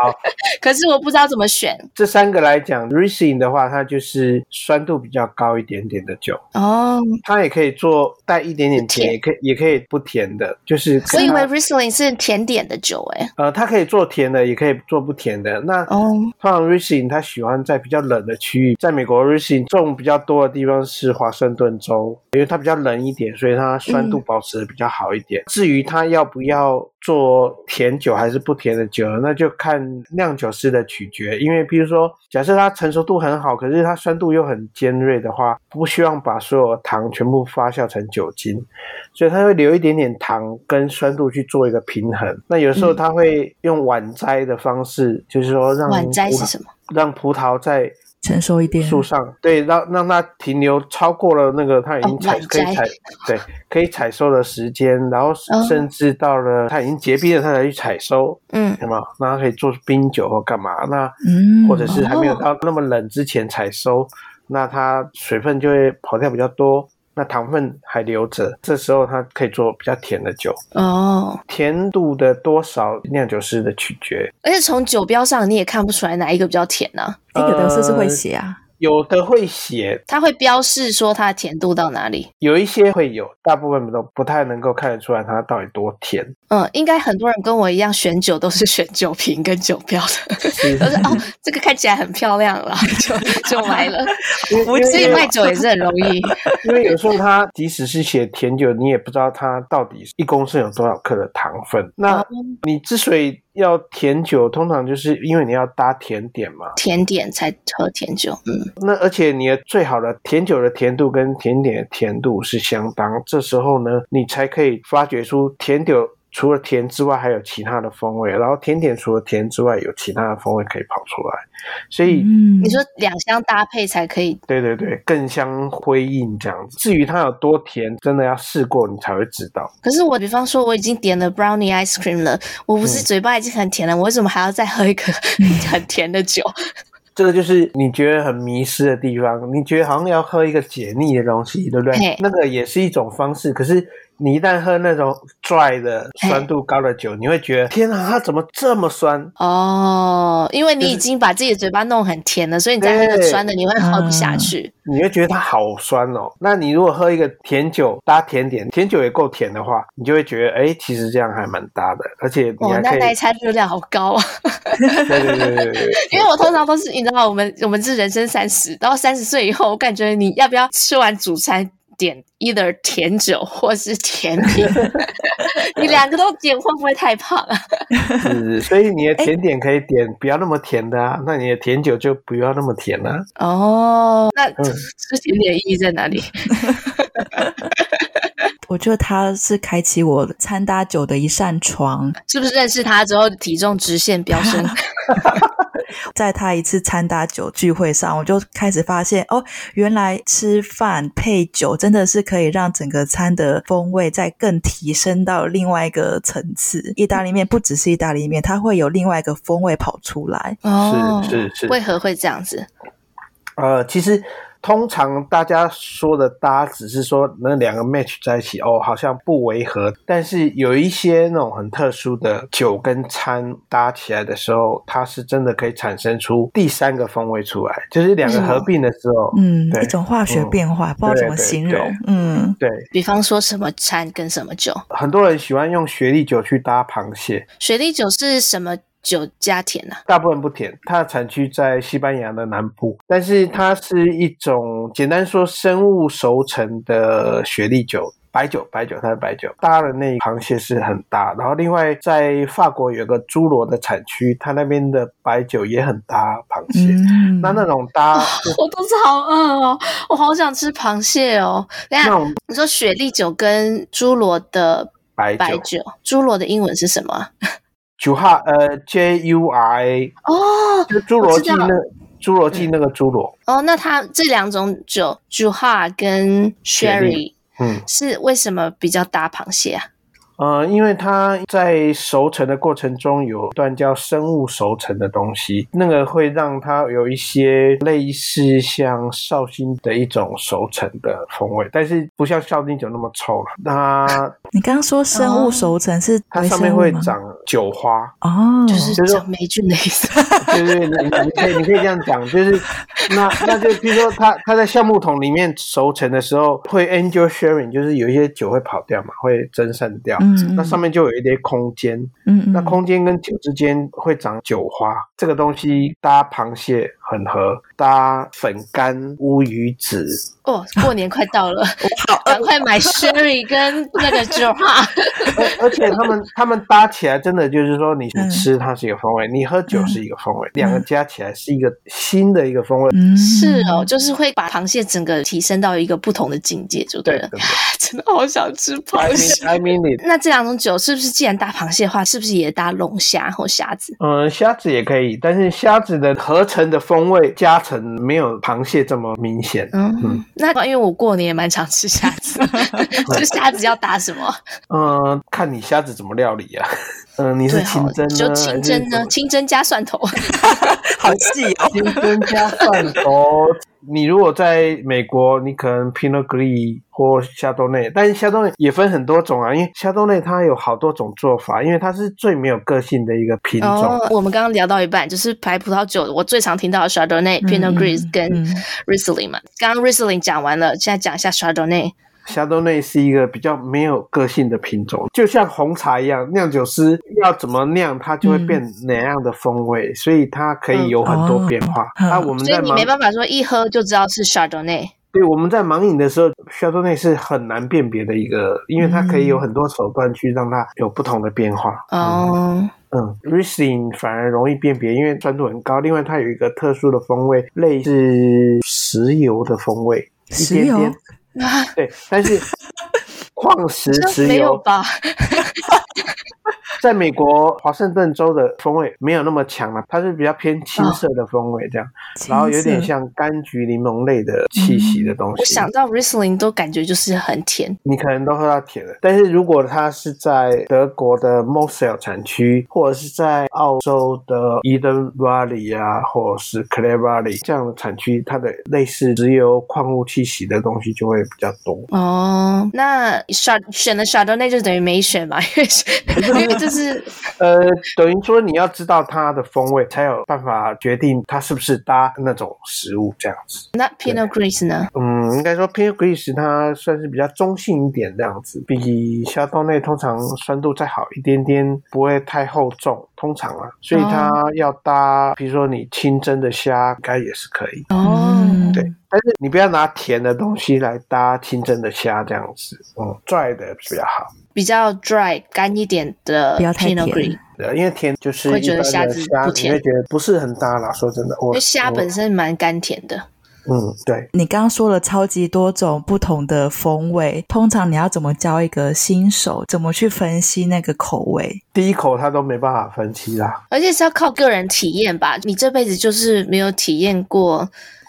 [SPEAKER 6] 好，
[SPEAKER 2] 可是我不知道怎么选
[SPEAKER 6] 这三个来讲，Riesling 的话，它就是酸度比较高一点点的酒，
[SPEAKER 2] 哦。
[SPEAKER 6] 它也可以做带一点点甜，也可以也可以不甜的，就是
[SPEAKER 2] 我
[SPEAKER 6] 跟
[SPEAKER 2] 以为
[SPEAKER 6] 它
[SPEAKER 2] Riesling 是甜点的酒、欸，诶
[SPEAKER 6] 呃，它可以做甜的，也可以做不甜的。那
[SPEAKER 2] 哦，
[SPEAKER 6] 通常 Riesling 它喜欢在比较冷的区域，在美国 Riesling 种比较多的地方是华盛顿州，因为它比较冷一点，所以它酸度保持的比较好一点。至于它要不要做甜酒还是不甜的酒，那就看酿酒师的取决。因为比如说，假设它成熟度很好，可是它酸度又很尖锐的话，不希望把所有糖全部发酵成酒精，所以它会留一点点糖跟酸度去做一个平衡。那有时候它会用晚摘的方式，就是说让
[SPEAKER 2] 晚摘
[SPEAKER 6] 葡
[SPEAKER 2] 是
[SPEAKER 6] 萄
[SPEAKER 2] 什么？啊
[SPEAKER 6] 让葡萄在
[SPEAKER 1] 成熟一点，
[SPEAKER 6] 树上，对，让让它停留超过了那个它已经
[SPEAKER 2] 哦
[SPEAKER 6] 采、
[SPEAKER 2] 晚
[SPEAKER 6] 可以
[SPEAKER 2] 摘
[SPEAKER 6] 采对可以采收的时间，然后
[SPEAKER 2] 嗯
[SPEAKER 6] 甚至到了它已经结冰了，它才去采收，
[SPEAKER 2] 嗯，
[SPEAKER 6] 对吗？那它可以做冰酒或干嘛？那
[SPEAKER 1] 嗯，
[SPEAKER 6] 或者是还没有
[SPEAKER 2] 哦
[SPEAKER 6] 到那么冷之前采收，那它水分就会跑掉比较多，那糖分还留着，这时候它可以做比较甜的酒，
[SPEAKER 2] 哦，
[SPEAKER 6] 甜度的多少酿酒师的取决，
[SPEAKER 2] 而且从酒标上你也看不出来哪一个比较甜呢、啊，
[SPEAKER 1] 这个的是是会写啊，
[SPEAKER 6] 有的会写，
[SPEAKER 2] 它会标示说它的甜度到哪里。
[SPEAKER 6] 有一些会有，大部分都不太能够看得出来它到底多 甜。
[SPEAKER 2] 嗯，应该很多人跟我一样选酒都是选酒瓶跟酒标 的。
[SPEAKER 6] 是
[SPEAKER 2] 都是哦，这个看起来很漂亮了，然后 就就买了。
[SPEAKER 6] 因为
[SPEAKER 2] 所以
[SPEAKER 6] 因为
[SPEAKER 2] 卖酒也是很容易。
[SPEAKER 6] 因为有时候它即使是写甜酒，你也不知道它到底一公升有多少克的糖分。
[SPEAKER 2] 哦
[SPEAKER 6] 那你之所以要甜酒，通常就是因为你要搭甜点嘛。
[SPEAKER 2] 甜点才喝甜酒，嗯，
[SPEAKER 6] 那而且你的最好的甜酒的甜度跟甜点的甜度是相当，这时候呢，你才可以发掘出甜酒除了甜之外还有其他的风味，然后甜点除了甜之外有其他的风味可以跑出来，所以。
[SPEAKER 1] 嗯，
[SPEAKER 2] 你说两相搭配才可以。
[SPEAKER 6] 对对对，更相辉映这样子。至于它有多甜，真的要试过你才会知道。
[SPEAKER 2] 可是我比方说我已经点了 brownie ice cream 了，我不是嘴巴已经很甜了，我为什么还要再喝一个 很甜的酒？
[SPEAKER 6] 这个就是你觉得很迷失的地方，你觉得好像要喝一个解腻的东西，对不
[SPEAKER 2] 嘿
[SPEAKER 6] 对？那个也是一种方式，可是你一旦喝那种 dry 的
[SPEAKER 2] 嘿
[SPEAKER 6] 酸度高的酒，你会觉得天啊，它怎么这么酸？
[SPEAKER 2] 哦，因为你已经把自己的嘴巴弄很甜了，所以你再喝个
[SPEAKER 6] 对
[SPEAKER 2] 酸的，你会喝不下去。
[SPEAKER 6] 你会觉得它好酸哦。那你如果喝一个甜酒搭甜点，甜酒也够甜的话，你就会觉得哎，其实这样还蛮搭的，而且你
[SPEAKER 2] 哦
[SPEAKER 6] 还，
[SPEAKER 2] 那
[SPEAKER 6] 可以
[SPEAKER 2] 那一餐热量好高啊！
[SPEAKER 6] 对对对对对。
[SPEAKER 2] 因为我通常都是，你知道，我们我们是人生三十，到三十岁以后，我感觉你要不要吃完主餐点 either 甜酒或是甜 品，你两个都点会不会太胖啊？
[SPEAKER 6] 是，所以你
[SPEAKER 1] 哎
[SPEAKER 6] 的甜点可以点不要那么甜的啊，那你的甜酒就不要那么甜了、啊。
[SPEAKER 2] 哦，那
[SPEAKER 6] 嗯
[SPEAKER 2] 吃甜点意义在哪里？
[SPEAKER 1] 我觉得他是开启我餐搭酒的一扇窗，
[SPEAKER 2] 是不是认识他之后体重直线飙升？
[SPEAKER 1] 在他一次餐搭酒聚会上，我就开始发现哦，原来吃饭配酒真的是可以让整个餐的风味再更提升到另外一个层次。意大利面不只是意大利面，它会有另外一个风味跑出来。
[SPEAKER 2] 哦，
[SPEAKER 6] 是是
[SPEAKER 2] 为
[SPEAKER 6] 是，
[SPEAKER 2] 何会这样子？
[SPEAKER 6] 呃，其实通常大家说的搭，只是说那两个 match 在一起哦，好像不违和。但是有一些那种很特殊的酒跟餐搭起来的时候，它是真的可以产生出第三个风味出来，就是两个合并的时候，
[SPEAKER 1] 哦嗯，
[SPEAKER 6] 对
[SPEAKER 1] 一种化学
[SPEAKER 6] 嗯
[SPEAKER 1] 变化，不知道怎么
[SPEAKER 6] 对对
[SPEAKER 1] 形
[SPEAKER 6] 对
[SPEAKER 1] 容。嗯，
[SPEAKER 6] 对，
[SPEAKER 2] 比方说什么餐跟什么酒，
[SPEAKER 6] 很多人喜欢用雪莉酒去搭螃蟹，
[SPEAKER 2] 雪莉酒是什么酒加甜啊？
[SPEAKER 6] 大部分不甜，它的产区在西班牙的南部，但是它是一种简单说生物熟成的雪莉酒。白酒，白酒，它是白酒，搭的那螃蟹是很搭。然后另外在法国有个侏罗的产区，它那边的白酒也很搭螃蟹。
[SPEAKER 1] 嗯，
[SPEAKER 6] 那那种
[SPEAKER 2] 哦
[SPEAKER 6] 搭就
[SPEAKER 2] 我肚子好饿哦，我好想吃螃蟹哦。等一
[SPEAKER 6] 那
[SPEAKER 2] 下，
[SPEAKER 6] 种
[SPEAKER 2] 你说雪莉酒跟侏罗的
[SPEAKER 6] 白
[SPEAKER 2] 白
[SPEAKER 6] 酒，
[SPEAKER 2] 酒，侏罗的英文是什么啊？
[SPEAKER 6] 九哈呃 J U R A，
[SPEAKER 2] 哦
[SPEAKER 6] 就侏罗纪
[SPEAKER 2] 我知道
[SPEAKER 6] 那侏罗纪那个侏罗，
[SPEAKER 2] 哦，那它这两种酒 j u h a 跟
[SPEAKER 6] 雪
[SPEAKER 2] Sherry
[SPEAKER 6] 莉嗯。
[SPEAKER 2] 是为什么比较搭螃蟹啊？
[SPEAKER 6] 呃，因为它在熟成的过程中有一段叫生物熟成的东西，那个会让它有一些类似像绍兴的一种熟成的风味，但是不像绍兴酒那么臭了。 它
[SPEAKER 1] 你刚刚说生物
[SPEAKER 2] 哦
[SPEAKER 1] 熟成是
[SPEAKER 6] 它
[SPEAKER 1] 微
[SPEAKER 6] 上
[SPEAKER 1] 生
[SPEAKER 6] 面
[SPEAKER 1] 物
[SPEAKER 6] 会
[SPEAKER 1] 吗
[SPEAKER 6] 长酒花，
[SPEAKER 1] 哦，
[SPEAKER 2] 就是
[SPEAKER 6] 就是
[SPEAKER 2] 长霉菌的意思。
[SPEAKER 6] 对对对，你你可以你可以这样讲，就是 那那就比如说它它在橡木桶里面熟成的时候会 angel sharing，就是有一些酒会跑掉嘛，会蒸散掉，
[SPEAKER 1] 嗯，
[SPEAKER 6] 那上面就有一些空间，
[SPEAKER 1] 嗯嗯
[SPEAKER 6] 那空间跟酒之间会长酒花，这个东西搭螃蟹很合，搭粉干乌鱼子，
[SPEAKER 2] 哦，过年快到了，
[SPEAKER 1] 好
[SPEAKER 2] 赶快买 Sherry 跟那 个 j u h a
[SPEAKER 6] 而而且他们他们搭起来真的就是说，你
[SPEAKER 1] 嗯
[SPEAKER 6] 你吃它是一个风味，你喝酒是一个风
[SPEAKER 2] 嗯
[SPEAKER 6] 味，两个加起来是一个新的一个风味。
[SPEAKER 1] 嗯
[SPEAKER 2] 是哦，，就是会把螃蟹整个提升到一个不同的境界，就对
[SPEAKER 6] 对
[SPEAKER 2] 了。
[SPEAKER 6] 对
[SPEAKER 2] 真的好想吃
[SPEAKER 6] ，I
[SPEAKER 2] 螃蟹。
[SPEAKER 6] mean I mean it。
[SPEAKER 2] 那这两种酒是不是既然搭螃蟹的话，是不是也搭龙虾或虾子？
[SPEAKER 6] 嗯，虾子也可以，但是虾子的合成的风味加成没有螃蟹这么明显。
[SPEAKER 2] 嗯，那因为我过年也蛮常吃虾子， 就虾子要搭什么？
[SPEAKER 6] 嗯，看你虾子怎么料理啊。嗯，你是
[SPEAKER 2] 对
[SPEAKER 6] 清
[SPEAKER 2] 好，
[SPEAKER 6] 蒸呢？
[SPEAKER 2] 就清
[SPEAKER 6] 还
[SPEAKER 2] 蒸
[SPEAKER 6] 是
[SPEAKER 2] 呢，清蒸加蒜头。
[SPEAKER 1] 好 细哦，
[SPEAKER 6] 先增加蒜头。你如果在美国，你可能 Pinot Gris 或夏多内，但是夏多内也分很多种啊，因为夏多内它有好多种做法，因为它是最没有个性的一个品种。
[SPEAKER 2] 哦，我们刚刚聊到一半，就是白葡萄酒，我最常听到的 Chardonnay、Pinot
[SPEAKER 1] 嗯
[SPEAKER 2] Gris 跟
[SPEAKER 1] 嗯
[SPEAKER 2] Riesling 嘛。刚刚 Riesling 讲完了，现在讲一下 Chardonnay。
[SPEAKER 6] 夏多内是一个比较没有个性的品种，就像红茶一样，酿酒师要怎么酿，它就会变
[SPEAKER 2] 嗯
[SPEAKER 6] 哪样的风味，所以它可以有很多变化。
[SPEAKER 1] 嗯哦
[SPEAKER 6] 啊，我们
[SPEAKER 2] 所以
[SPEAKER 6] 在
[SPEAKER 2] 你
[SPEAKER 6] 忙
[SPEAKER 2] 没办法说一喝就知道是 Chardonnay。
[SPEAKER 6] 对，我们在盲饮的时候，夏多内是很难辨别的一个，因为它可以有很多手段去让它有不同的变化。
[SPEAKER 2] 嗯哦，
[SPEAKER 6] 嗯，Riesling 反而容易辨别，因为酸度很高。另外，它有一个特殊的风味，类似石油的风味，一
[SPEAKER 1] 石
[SPEAKER 6] 点
[SPEAKER 1] 油
[SPEAKER 6] 点。
[SPEAKER 2] 啊，
[SPEAKER 6] 对，但 嗯是矿石
[SPEAKER 2] 这
[SPEAKER 6] 石
[SPEAKER 2] 没有
[SPEAKER 6] 油
[SPEAKER 2] 吧？
[SPEAKER 6] 在美国华盛顿州的风味没有那么强了、它是比较偏青
[SPEAKER 2] 嗯
[SPEAKER 6] 涩的风味这样，然后有点像柑橘柠檬类的气息的东西。
[SPEAKER 2] 嗯我
[SPEAKER 1] 嗯
[SPEAKER 2] 想到 Riesling 都感觉就是很甜，
[SPEAKER 6] 你可能都喝到甜的。但是如果它是在德国的 Mosel 产区，或者是在澳洲的 Eden Valley 啊，或者是 Clare Valley 这样的产区，它的类似石油矿物气息的东西就会比较多。
[SPEAKER 2] 哦，那选选了 Chardonnay 就等于没选嘛，因 为因为就是
[SPEAKER 6] 呃，等于说你要知道它的风味，才有办法决定它是不是搭那种食物这样子。
[SPEAKER 2] 那 Pinot Gris 呢？
[SPEAKER 6] 嗯，应该说 Pinot Gris 它算是比较中性一点这样子，比夏多内通常酸度再好一点点，不会太厚重，通常啊，所以它要搭，比如说你清蒸的虾，应该也是可以。
[SPEAKER 2] 哦，
[SPEAKER 1] 嗯
[SPEAKER 6] 对，但是你不要拿甜的东西来搭清蒸的虾这样子，嗯，拽的比较好。
[SPEAKER 2] 比较 dry 干一点的
[SPEAKER 1] 不要太
[SPEAKER 2] Pinot
[SPEAKER 1] 甜
[SPEAKER 2] Gris，
[SPEAKER 6] 对，因为甜就是
[SPEAKER 2] 会
[SPEAKER 6] 一
[SPEAKER 2] 觉得
[SPEAKER 6] 般
[SPEAKER 2] 虾
[SPEAKER 6] 的
[SPEAKER 2] 子
[SPEAKER 6] 虾，
[SPEAKER 2] 不
[SPEAKER 6] 你
[SPEAKER 2] 甜
[SPEAKER 6] 会觉得不是很搭啦。说真的，
[SPEAKER 2] 因
[SPEAKER 6] 我
[SPEAKER 2] 为虾
[SPEAKER 6] 我
[SPEAKER 2] 本身蛮甘甜的。
[SPEAKER 6] 嗯，对，
[SPEAKER 1] 你刚刚说了超级多种不同的风味，通常你要怎么教一个新手怎么去分析那个口味？
[SPEAKER 6] 第一口他都没办法分析啦。
[SPEAKER 2] 而且是要靠个人体验吧。你这辈子就是没有体验过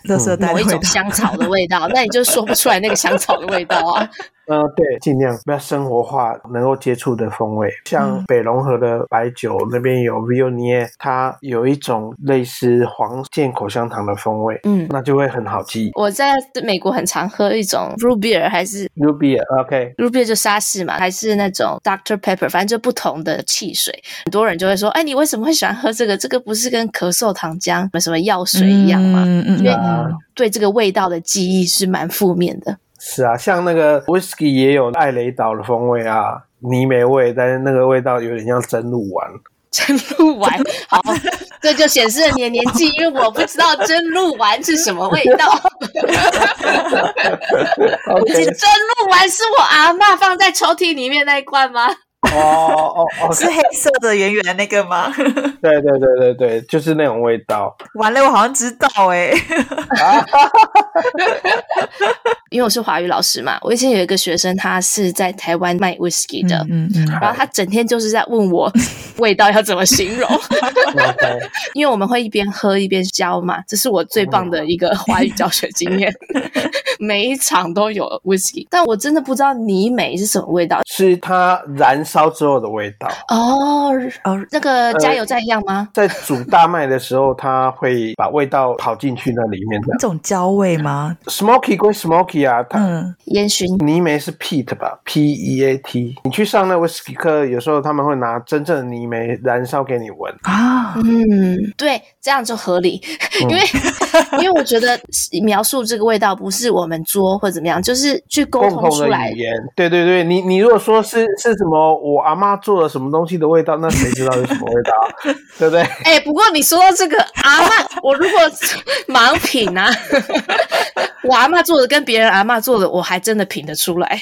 [SPEAKER 1] 垃圾袋
[SPEAKER 2] 某
[SPEAKER 1] 的
[SPEAKER 2] 一
[SPEAKER 1] 味
[SPEAKER 2] 种
[SPEAKER 1] 道。
[SPEAKER 2] 香草 的味道，那你就说不出来那个香草的味道啊。
[SPEAKER 6] 呃，对，尽量不要生活化，能够接触的风味。像
[SPEAKER 1] 嗯
[SPEAKER 6] 北龙河的白酒那边有 v i o n i e 它有一种类似黄健口香糖的风味，
[SPEAKER 2] 嗯，
[SPEAKER 6] 那就会很好记。
[SPEAKER 2] 我在美国很常喝一种 r u b e r 还是
[SPEAKER 6] Ruby，OK，、
[SPEAKER 2] r u b e r 就沙士嘛，还是那种 Dr Pepper，反正就不同的汽水。很多人就会说，哎，你为什么会喜欢喝这个？这个不是跟咳嗽糖浆、什么药水一样吗？
[SPEAKER 1] 嗯嗯
[SPEAKER 2] 因为
[SPEAKER 1] 嗯
[SPEAKER 2] 对这个味道的记忆是蛮负面的。
[SPEAKER 6] 是啊，像那个 Whisky 也有艾雷岛的风味啊，泥煤味，但是那个味道有点像蒸鹿丸。
[SPEAKER 2] 蒸鹿 丸，好，这就显示了你的年纪，因为我不知道蒸鹿丸是什么味 道。蒸
[SPEAKER 6] OK，
[SPEAKER 2] 鹿丸是我阿嬷放在抽屉里面那一罐吗？
[SPEAKER 6] 哦哦哦，
[SPEAKER 1] 是黑色的圆圆的那个吗？
[SPEAKER 6] 对对对对对，就是那种味道。
[SPEAKER 1] 完了，我好像知道哎、
[SPEAKER 2] 因为我是华语老师嘛，我以前有一个学生，他是在台湾卖 whisky 的。
[SPEAKER 1] 嗯嗯，
[SPEAKER 2] 然后他整天就是在 问我味道要怎么形容，
[SPEAKER 6] OK，
[SPEAKER 2] 因为我们会一边喝一边教嘛，这是我最棒
[SPEAKER 6] 哦
[SPEAKER 2] 的一个华语教学经 验。 每一场都有 whisky，但我真的不知道泥煤是什么味道
[SPEAKER 6] 是它燃烧之后的味道。
[SPEAKER 2] 哦。
[SPEAKER 1] 哦，
[SPEAKER 2] 那
[SPEAKER 6] 呃
[SPEAKER 2] 个加油站一样吗？
[SPEAKER 6] 在煮大麦的时候，它会把味道跑进去那里面的
[SPEAKER 1] 那。种焦味吗？
[SPEAKER 6] Smoky 归 Smoky 啊，它
[SPEAKER 1] 嗯，
[SPEAKER 2] 烟熏
[SPEAKER 6] 泥煤是 peat 吧，P E A T。你去上那 whisky 课，有时候他们会拿真正的泥煤燃烧给你闻。
[SPEAKER 1] 啊，
[SPEAKER 2] 嗯，对，这样就合理， 因为
[SPEAKER 6] 哦
[SPEAKER 2] 因为我觉得描述这个味道不是我们作或怎么样，就是去沟
[SPEAKER 6] 共
[SPEAKER 2] 通
[SPEAKER 6] 同
[SPEAKER 2] 出
[SPEAKER 6] 的
[SPEAKER 2] 来
[SPEAKER 6] 语。言，对对对，你你如果说是是什么我阿妈做了什么东西的味道，那谁知道是什么 味道啊，对不对？
[SPEAKER 2] 哎、不过你说到这个阿嬷，我如果盲品啊， 我阿嬷做的跟别人阿嬷做的，我还真的品得出来。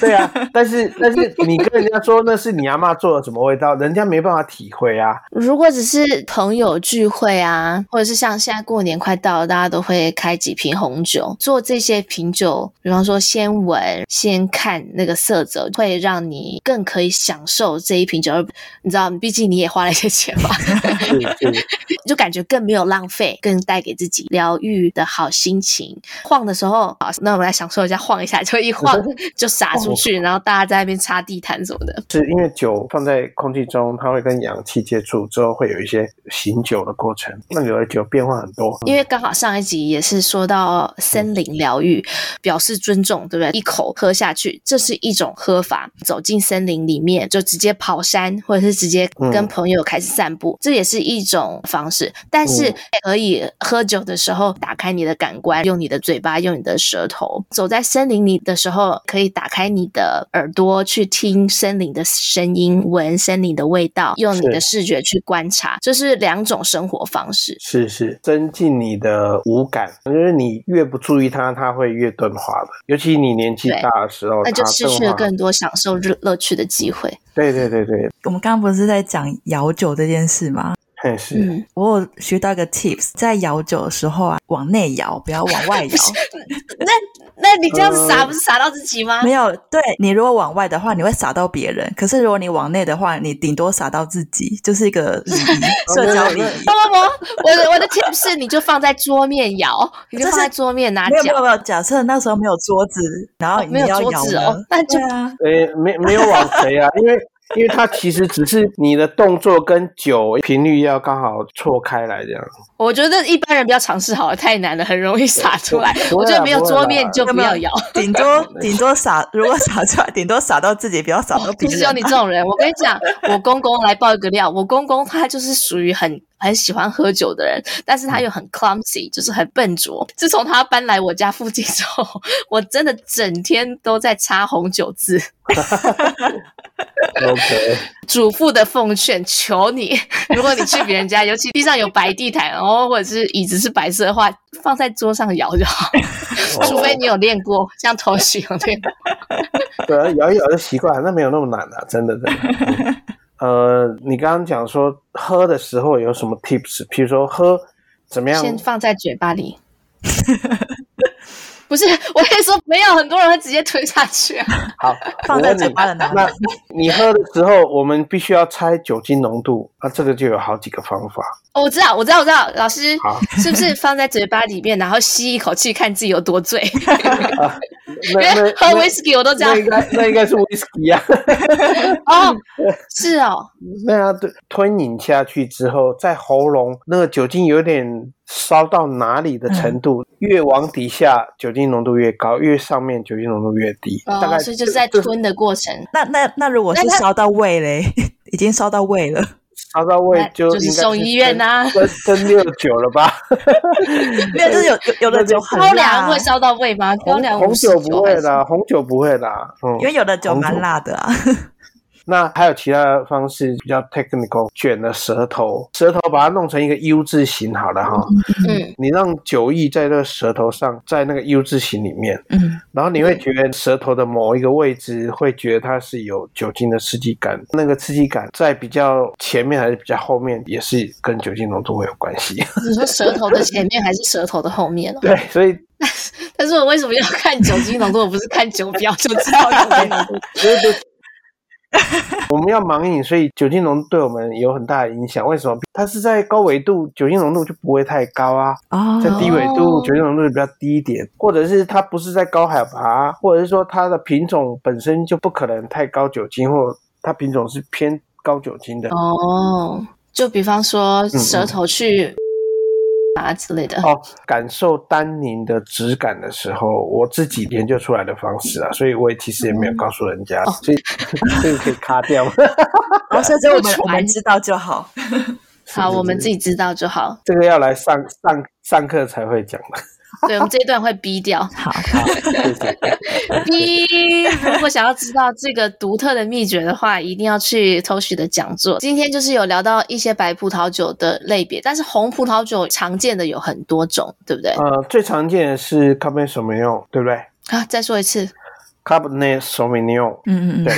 [SPEAKER 6] 对啊，但是但是你跟人家说那是你阿妈做的什么味道，人家没办法体会啊。
[SPEAKER 2] 如果只是朋友聚会啊，或者是像现在过年快到了，大家都会开几瓶红酒，做这些品酒，比方说先闻、先看那个色泽，会让你更可以享受这一瓶酒。而你知道，毕竟你也花了一些钱嘛，
[SPEAKER 6] 是是，
[SPEAKER 2] 就感觉更没有浪费，更带给自己疗愈的好心情。晃的时候，好，那我们来享受一下，晃一下，就一晃就洒出去，然后大家在那边擦地毯什么的。
[SPEAKER 6] 是因为酒放在空气中，它会跟氧气接触之后，会有一些醒酒的过程。那有的酒变化很多，
[SPEAKER 2] 因为刚好上一集也是说到森林疗愈，表示尊重，对不对？一口喝下去，这是一种喝法。走进森林里面，就直接跑山，或者是直接跟
[SPEAKER 6] 嗯
[SPEAKER 2] 朋友开始散步，这也是一种方式。但是
[SPEAKER 6] 嗯
[SPEAKER 2] 可以喝酒的时候，打开你的感官，用你的嘴巴，用你的舌头。走在森林里的时候，可以打开你的耳朵去听森林的声音，闻森林的味道，用你
[SPEAKER 6] 是
[SPEAKER 2] 的视觉去观察，这是两种生活方式。
[SPEAKER 6] 是是，增进你的五感，就是你越不注意它，它会越钝化的。尤其你年纪
[SPEAKER 2] 对
[SPEAKER 6] 大的时候，
[SPEAKER 2] 那就
[SPEAKER 6] 它
[SPEAKER 2] 失
[SPEAKER 6] 钝
[SPEAKER 2] 去了
[SPEAKER 6] 化
[SPEAKER 2] 更多享受乐乐趣的机会。
[SPEAKER 6] 对对对对，
[SPEAKER 1] 我们刚刚不是在讲摇酒这件事吗？
[SPEAKER 6] 很是。
[SPEAKER 2] 嗯，
[SPEAKER 1] 我有学到一个 tips，在摇酒的时候啊，往内摇，不要往外 摇。
[SPEAKER 2] 那你这样子撒
[SPEAKER 6] 呃
[SPEAKER 2] 不是撒到自己吗？
[SPEAKER 1] 没有，对你如果往外的话，你会撒到别人；可是如果你往内的话，你顶多撒到自己，就是一个 礼仪，社交礼仪。
[SPEAKER 2] 不不不，我的我的 tip 是，你就放在桌面摇，你就
[SPEAKER 1] 这
[SPEAKER 2] 放
[SPEAKER 1] 是
[SPEAKER 2] 在桌面拿
[SPEAKER 1] 没有没
[SPEAKER 2] 脚
[SPEAKER 1] 有，没有，假设那时候没有桌子，然后
[SPEAKER 2] 哦
[SPEAKER 1] 你
[SPEAKER 2] 没有
[SPEAKER 1] 要
[SPEAKER 2] 桌
[SPEAKER 1] 摇
[SPEAKER 2] 子
[SPEAKER 1] 呢
[SPEAKER 2] 哦，那就
[SPEAKER 1] 对 啊，
[SPEAKER 6] 呃，没没有往谁啊， 因为因为它其实只是你的动作跟酒频率要刚好错开来这样。
[SPEAKER 2] 我觉得一般人不要尝试好了，太难了，很容易撒出来。
[SPEAKER 1] 啊
[SPEAKER 6] 不
[SPEAKER 2] 我
[SPEAKER 6] 会
[SPEAKER 2] 觉得
[SPEAKER 6] 啦
[SPEAKER 2] 没有
[SPEAKER 6] 不会
[SPEAKER 2] 桌
[SPEAKER 6] 啦
[SPEAKER 2] 面你就
[SPEAKER 1] 有
[SPEAKER 2] 不
[SPEAKER 1] 没有
[SPEAKER 2] 要摇，
[SPEAKER 1] 顶多 顶多撒，如果撒出来，顶多撒到自己，哦不要啊撒到别
[SPEAKER 2] 就是
[SPEAKER 1] 人。
[SPEAKER 2] 有你这种人。我跟你讲，我公公来爆一个料，我公公他就是属于很很喜欢喝酒的人，但是他又很 clumsy，就是很笨拙。自从他搬来我家附近之后，我真的整天都在擦红酒渍。
[SPEAKER 6] OK，
[SPEAKER 2] 主妇的奉劝，求你，如果你去别人家，尤其地上有白地毯，然后或者是椅子是白色的话，放在桌上摇就好， 除非你有练过，像头洗有练过。
[SPEAKER 6] 对啊，摇一摇就习惯了，那没有那么难啊，真的真的。呃，你刚刚讲说喝的时候有什么 tips？比如说喝怎么样？
[SPEAKER 2] 先放在嘴巴里。不是，我跟你说，没有很多人会直接吞下去、啊。
[SPEAKER 6] 好，
[SPEAKER 1] 放在
[SPEAKER 6] 我问
[SPEAKER 1] 嘴
[SPEAKER 6] 你
[SPEAKER 1] 巴的哪里
[SPEAKER 6] 那你喝的时候，我们必须要猜酒精浓度，那、这个就有好几个方法。
[SPEAKER 2] 哦，我知道，我知道，我知道，老师
[SPEAKER 6] 好
[SPEAKER 2] 是不是放在嘴巴里面，然后吸一口气，看自己有多醉？因
[SPEAKER 6] 那那
[SPEAKER 2] 为喝
[SPEAKER 6] 那
[SPEAKER 2] whisky 我都这样
[SPEAKER 6] 那应该那应该是 whisky 啊。
[SPEAKER 2] 哦，是哦，
[SPEAKER 6] 那它对吞饮下去之后，在喉咙那个酒精有点烧到哪里的程度，越往底下酒精浓度越高，越上面酒精浓度越低。 大概
[SPEAKER 2] 哦，所以就是在吞的过程，
[SPEAKER 1] 那那那如果是
[SPEAKER 2] 那他
[SPEAKER 1] 烧到胃嘞， 已经烧到胃 了，
[SPEAKER 6] 烧到胃
[SPEAKER 2] 那
[SPEAKER 6] 就
[SPEAKER 2] 就是
[SPEAKER 6] 应该
[SPEAKER 2] 送医院
[SPEAKER 6] 啊，
[SPEAKER 2] 呐。
[SPEAKER 6] 蒸蒸六九了吧？
[SPEAKER 1] 没有，就是有有有的酒很
[SPEAKER 2] 高
[SPEAKER 1] 辣
[SPEAKER 2] 粱
[SPEAKER 1] 啊，
[SPEAKER 2] 会烧到胃吗？高
[SPEAKER 6] 红
[SPEAKER 2] 粱
[SPEAKER 6] 红酒不会
[SPEAKER 2] 的，
[SPEAKER 6] 啦，红酒不会啦。嗯
[SPEAKER 1] 因，为有的酒
[SPEAKER 6] 红酒
[SPEAKER 1] 蛮辣的啊。
[SPEAKER 6] 那还有其他的方式比较 technical，卷了舌头，舌头把它弄成一个 U 字形好了哈。
[SPEAKER 2] 嗯，
[SPEAKER 6] 你让酒液在这个舌头上，在那个 U 字形里面，
[SPEAKER 1] 嗯，
[SPEAKER 6] 然后你会觉得舌头的某一个位置会觉得它是有酒精的刺激感，那个刺激感在比较前面还是比较后面，也是跟酒精浓度会有关系。
[SPEAKER 2] 你说舌头的前面还是舌头的后面哦？
[SPEAKER 6] 对，所以
[SPEAKER 2] 但是我为什么要看酒精浓度？我不是看酒标就知道酒精 浓度。
[SPEAKER 6] 我们要盲饮，所以酒精浓度对我们有很大的影响。为什么？它是在高纬度，酒精浓度就不会太高啊。
[SPEAKER 1] 哦
[SPEAKER 6] 在低纬度
[SPEAKER 2] 哦
[SPEAKER 6] 酒精浓度比较低一点，或者是它不是在高海拔，或者是说它的品种本身就不可能太高酒精，或它品种是偏高酒精的。
[SPEAKER 2] 哦，就比方说
[SPEAKER 6] 嗯
[SPEAKER 2] 舌头去啊之类的。
[SPEAKER 6] 哦，感受单宁的质感的时候，我自己研究出来的方式
[SPEAKER 2] 嗯
[SPEAKER 6] 啊，所以我也其实也没有告诉人家，
[SPEAKER 2] 哦
[SPEAKER 6] 所以 这个可以卡掉。
[SPEAKER 1] 然后所以只有我们
[SPEAKER 2] 不
[SPEAKER 1] 我
[SPEAKER 2] 传
[SPEAKER 1] 们知道就好。
[SPEAKER 2] 好，我们自己知道就好。
[SPEAKER 6] 这个要来上上上课才会讲的。
[SPEAKER 2] 对，我们这一段会逼 掉。
[SPEAKER 1] 好，
[SPEAKER 6] 谢谢。
[SPEAKER 2] 逼！如果想要知道这个独特的秘诀的话，一定要去 Toshi 的讲座。今天就是有聊到一些白葡萄酒的类别，但是红葡萄酒常见的有很多种，对不对？
[SPEAKER 6] 呃，最常见的是 Cabernet s a u v i g n 对不对
[SPEAKER 2] 啊，再说一次，
[SPEAKER 6] ？Cabernet s a u v i g n
[SPEAKER 1] 嗯嗯
[SPEAKER 6] 对
[SPEAKER 1] 嗯，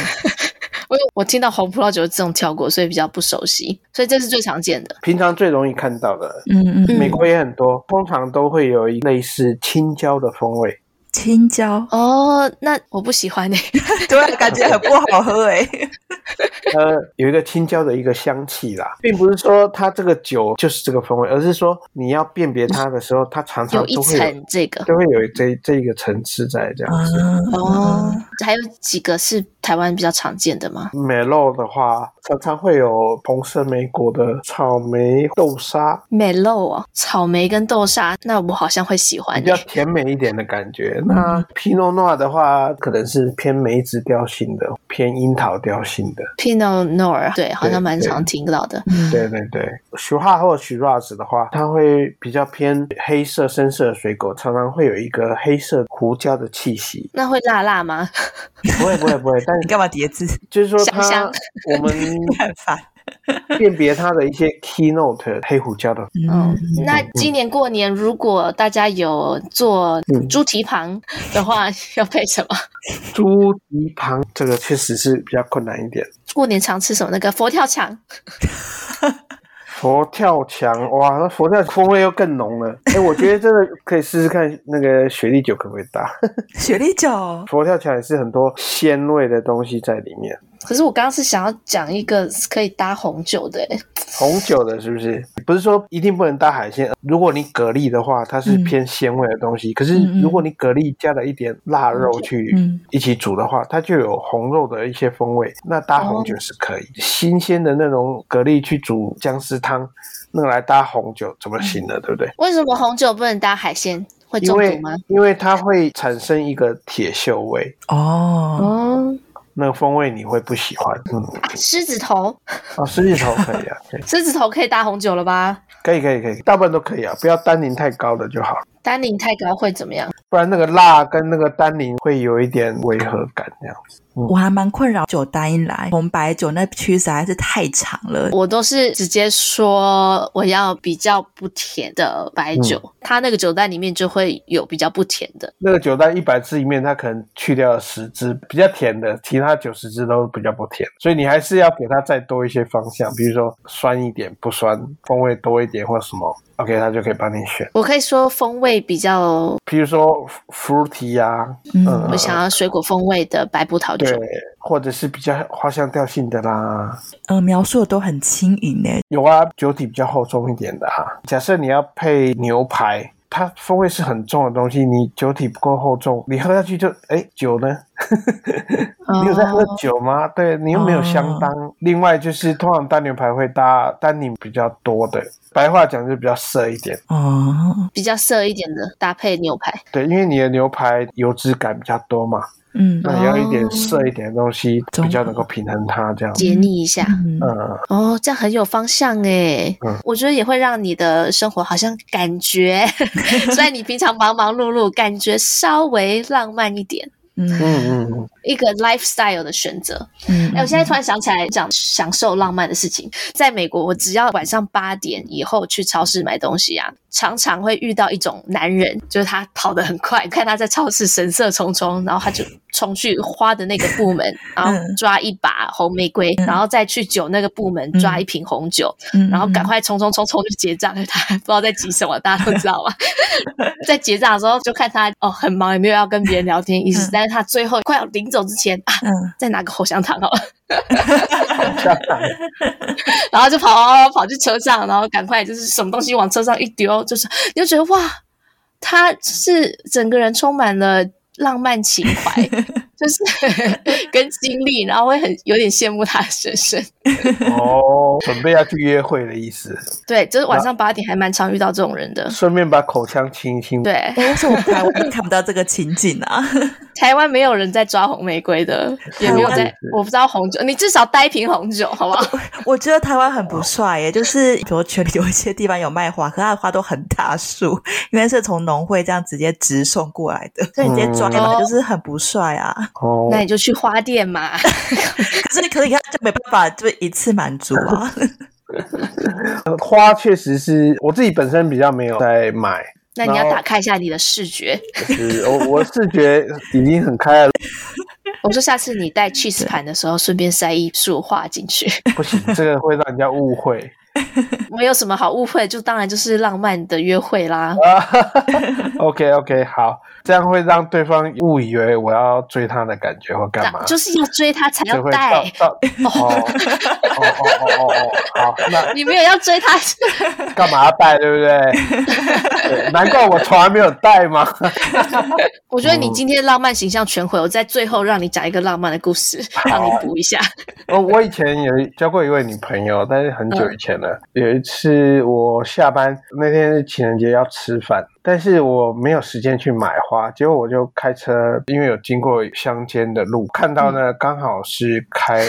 [SPEAKER 2] 我我听到红葡萄酒是自动跳过，所以比较不熟悉，所以这是最常见的。
[SPEAKER 6] 平常最容易看到的，
[SPEAKER 1] 嗯嗯嗯，
[SPEAKER 6] 美国也很多，通常都会有一类似青椒的风味。
[SPEAKER 1] 青椒，
[SPEAKER 2] 哦，那我不喜 欢诶、
[SPEAKER 1] 对啊，感觉很不好喝哎。
[SPEAKER 6] 呃，有一个青椒的一个香气啦，并不是说它这个酒就是这个风味，而是说你要辨别它的时候，它常常
[SPEAKER 2] 有一
[SPEAKER 6] 都会有
[SPEAKER 2] 层啊这个
[SPEAKER 6] 都会有这这一个层次在这样子。
[SPEAKER 1] 嗯
[SPEAKER 2] 哦，还有几个是台湾比较常见的吗？
[SPEAKER 6] 美露的话，常常会有红色莓果的草莓豆沙，
[SPEAKER 2] 美露哦，草莓跟豆沙，那我好像会喜欢欸
[SPEAKER 6] 比
[SPEAKER 2] 诶、
[SPEAKER 6] 较甜美一点的感觉。
[SPEAKER 2] 嗯
[SPEAKER 6] 那皮诺诺的话，可能是偏梅子调性的，偏樱桃调性的。
[SPEAKER 2] Pinot Noir，对，好像蛮
[SPEAKER 6] 对
[SPEAKER 2] 常听到的。。
[SPEAKER 1] 嗯
[SPEAKER 6] 对对对，徐化或徐 r a 的话，它会比较偏黑色、深色的水果，常常会有一个黑色胡椒的气息
[SPEAKER 2] 那会辣辣吗？
[SPEAKER 6] 不会不会不会，但
[SPEAKER 1] 你干嘛叠字？
[SPEAKER 6] 就是说
[SPEAKER 2] 想
[SPEAKER 6] 它
[SPEAKER 2] 象，
[SPEAKER 6] 我们
[SPEAKER 1] 很烦。
[SPEAKER 6] 辨别它的一些 keynote 黑胡椒的，
[SPEAKER 2] 嗯，那今年过年如果大家有做
[SPEAKER 6] 嗯
[SPEAKER 2] 猪蹄旁的话， 要配什么？
[SPEAKER 6] 猪蹄旁这个确实是比较困难一点。
[SPEAKER 2] 过年常吃什么？那个佛跳墙。
[SPEAKER 6] 佛跳墙，哇，那佛跳风味又更浓了。哎，我觉得真的可以试试看那个雪莉酒可不可以搭
[SPEAKER 1] 雪莉酒，
[SPEAKER 6] 佛跳墙也是很多鲜味的东西在里面，
[SPEAKER 2] 可是我刚刚是想要讲一个可以搭红酒的、欸，
[SPEAKER 6] 红酒的是不是？不是说一定不能搭海鲜。如果你蛤蜊的话，它是
[SPEAKER 1] 嗯
[SPEAKER 6] 偏鲜味的东西。可是
[SPEAKER 1] 嗯嗯
[SPEAKER 6] 如果你蛤蜊加了一点腊肉去
[SPEAKER 1] 嗯
[SPEAKER 6] 一起煮的话，它就有红肉的一些风味。那搭红酒是可以，
[SPEAKER 1] 哦
[SPEAKER 6] 新鲜的那种蛤蜊去煮姜丝汤，那来搭红酒怎么行呢？对不对？
[SPEAKER 2] 为什么红酒不能搭海鲜？会
[SPEAKER 6] 因
[SPEAKER 2] 中毒
[SPEAKER 6] 为
[SPEAKER 2] 吗？
[SPEAKER 6] 因为它会产生一个铁锈味，
[SPEAKER 1] 哦，
[SPEAKER 2] 哦，
[SPEAKER 6] 那个风味你会不喜欢。嗯，
[SPEAKER 2] 狮子头，
[SPEAKER 6] 啊，狮子头可以啊，对
[SPEAKER 2] 狮子头可以搭红酒了吧？
[SPEAKER 6] 可以可以可以，大部分都可以啊，不要单宁太高的就好。
[SPEAKER 2] 单宁太高会怎么样？
[SPEAKER 6] 不然那个辣跟那个单宁会有一点违和感，这样子。
[SPEAKER 1] 我还蛮困扰酒单一来，红白酒那区实在是太长了。
[SPEAKER 2] 我都是直接说我要比较不甜的白酒，
[SPEAKER 6] 嗯
[SPEAKER 2] 它那个酒单里面就会有比较不甜的。
[SPEAKER 6] 那个酒单一百支里面，它可能去掉了十支比较甜的，其他九十支都比较不甜，所以你还是要给它再多一些方向，比如说酸一点不酸，风味多一点或什么，OK，它就可以帮你选。
[SPEAKER 2] 我可以说风味比较，
[SPEAKER 6] 比如说 fruity 呀、
[SPEAKER 1] 嗯
[SPEAKER 6] 嗯，
[SPEAKER 2] 我想要水果风味的白葡萄
[SPEAKER 6] 对
[SPEAKER 2] 酒。，
[SPEAKER 6] 或者是比较花香调性的啦，
[SPEAKER 1] 呃，描述的都很轻盈欸诶，
[SPEAKER 6] 有啊，酒体比较厚重一点的啊。假设你要配牛排，它风味是很重的东西，你酒体不够厚重，你喝下去就哎酒呢？你有在
[SPEAKER 2] 哦
[SPEAKER 6] 喝酒吗？对你又没有相当。另外就是通常单牛排会搭单宁比较多的，白话讲就比较涩一点。
[SPEAKER 1] 哦，
[SPEAKER 2] 比较涩一点的搭配牛排，
[SPEAKER 6] 对，因为你的牛排油脂感比较多嘛，
[SPEAKER 1] 嗯
[SPEAKER 6] 那你要一点涩一点的东西，
[SPEAKER 1] 中
[SPEAKER 6] 比较能够平衡它这样。
[SPEAKER 2] 解腻一下。
[SPEAKER 1] 嗯
[SPEAKER 6] 嗯，
[SPEAKER 2] 哦，这样很有方向诶，
[SPEAKER 6] 嗯
[SPEAKER 2] 我觉得也会让你的生活好像感觉， 虽然你平常忙忙碌碌，感觉稍微浪漫一点，
[SPEAKER 1] 嗯
[SPEAKER 6] 嗯嗯嗯，
[SPEAKER 2] 一个 lifestyle 的选择。
[SPEAKER 1] 嗯，
[SPEAKER 2] 哎、我现在突然想起来讲享受浪漫的事情，在美国，我只要晚上八点以后去超市买东西啊，常常会遇到一种男人，就是他跑得很快，看他在超市神色匆匆，然后他就冲去花的那个部门，然后
[SPEAKER 1] 嗯
[SPEAKER 2] 抓一把红玫瑰，然后再去酒那个部门抓一瓶红酒，
[SPEAKER 1] 嗯
[SPEAKER 2] 然后赶快冲冲冲冲去结账，因为 他还不知道在急什么，大家都知道嘛。 在结账的时候就看他哦很忙，也没有要跟别人聊天意思，
[SPEAKER 1] 嗯
[SPEAKER 2] 但是他最后快要临走之前啊，
[SPEAKER 1] 嗯
[SPEAKER 2] 再拿个口香糖好了。
[SPEAKER 6] 下场
[SPEAKER 2] 然后就跑跑跑跑去车上，然后赶快就是什么东西往车上一丢，就是你就觉得哇，他是整个人充满了浪漫情怀，就是 跟经历，然后会很有点羡慕他的人生。
[SPEAKER 6] 哦，准备要去约会的意思，
[SPEAKER 2] 对，就是晚上八点还蛮常遇到这种人的。
[SPEAKER 6] 顺便把口腔清一清。
[SPEAKER 2] 对，
[SPEAKER 1] 哎，为什么台湾看不到这个情景啊？
[SPEAKER 2] 台湾没有人在抓红玫瑰的，也没有在
[SPEAKER 6] 台湾，哦
[SPEAKER 2] 我不知道红酒，你至少带一瓶红酒，好不好？
[SPEAKER 1] 我觉得台湾很不帅耶，就是比如群里有一些地方有卖花，可它的花都很大束，因为是从农会这样直接直送过来的，所以你直接抓哦
[SPEAKER 2] 嗯
[SPEAKER 1] 嘛，就是很不帅啊。
[SPEAKER 6] 哦，
[SPEAKER 2] 那你就去花店 嘛。
[SPEAKER 1] 可是可是你看就没办法，就一次满足 啊。
[SPEAKER 6] 花确实是我自己本身比较没有在买，
[SPEAKER 2] 那你要
[SPEAKER 6] 然后
[SPEAKER 2] 打开一下你的视觉。
[SPEAKER 6] 就是 我我视觉已经很开了，
[SPEAKER 2] 我说下次你带 cheese 盘的时候，顺便塞一束花进去。
[SPEAKER 6] 不行，这个会让人家误会
[SPEAKER 2] 没有什么好误会，就当然就是浪漫的约会啦。
[SPEAKER 6] 啊。OK OK，好，这样会让对方误以为我要追他的感觉或干嘛，
[SPEAKER 2] 就是要追他才
[SPEAKER 6] 就
[SPEAKER 2] 要
[SPEAKER 6] 会到
[SPEAKER 2] 带，
[SPEAKER 6] 到哦哦哦哦哦哦，好，那
[SPEAKER 2] 你没有要追他，
[SPEAKER 6] 干嘛要带，对 不对？对难怪我从来没有带嘛。
[SPEAKER 2] 我觉得你今天浪漫形象全毁。我在最后让你讲一个浪漫的故 事，让你补一下。
[SPEAKER 6] 我哦我以前有交过一位女朋友，但是很久
[SPEAKER 2] 嗯
[SPEAKER 6] 以前了。有一次我下班那天是情人节要吃饭，但是我没有时间去买花，结果我就开车，因为有经过乡间的路，看到
[SPEAKER 2] 嗯
[SPEAKER 6] 呢刚好是 开，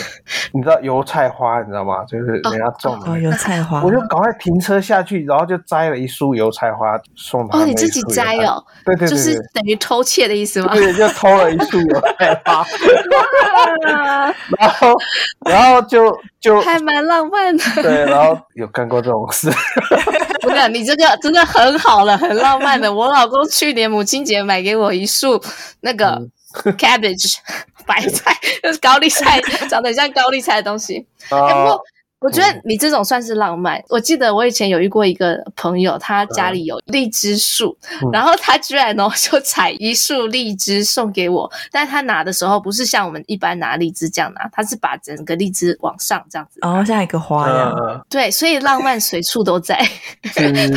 [SPEAKER 6] 你知道油菜花，你知道吗？就是人家种的那
[SPEAKER 1] 哦，
[SPEAKER 6] 个。
[SPEAKER 1] 油菜花，
[SPEAKER 6] 我就赶快停车下去，然后就摘了一束油菜花送他。
[SPEAKER 2] 哦，你自己摘？哦，
[SPEAKER 6] 对对对对，
[SPEAKER 2] 就是等于偷窃的意思吗？
[SPEAKER 6] 对，就偷了一束油菜 花，然后然后就就
[SPEAKER 2] 还蛮浪漫 的，
[SPEAKER 6] 对，然后有干过这种事，
[SPEAKER 2] 不是你这个真的很好了，很浪漫的。我老公去年母亲节买给我一束那个
[SPEAKER 6] 嗯
[SPEAKER 2] cabbage 白菜， 就是高丽菜， 长得很像高丽菜的东西。 哎，不
[SPEAKER 6] 啊
[SPEAKER 2] 过我觉得你这种算是浪漫。我记得我以前有遇过一个朋友，他家里有荔枝树，
[SPEAKER 6] 嗯
[SPEAKER 2] 然后他居然哦就采一束荔枝送给我，但他拿的时候不是像我们一般拿荔枝这样拿，他是把整个荔枝往上这样子。
[SPEAKER 1] 哦，像一个花一样。
[SPEAKER 6] 嗯
[SPEAKER 2] 对，所以浪漫随处都在。
[SPEAKER 6] 是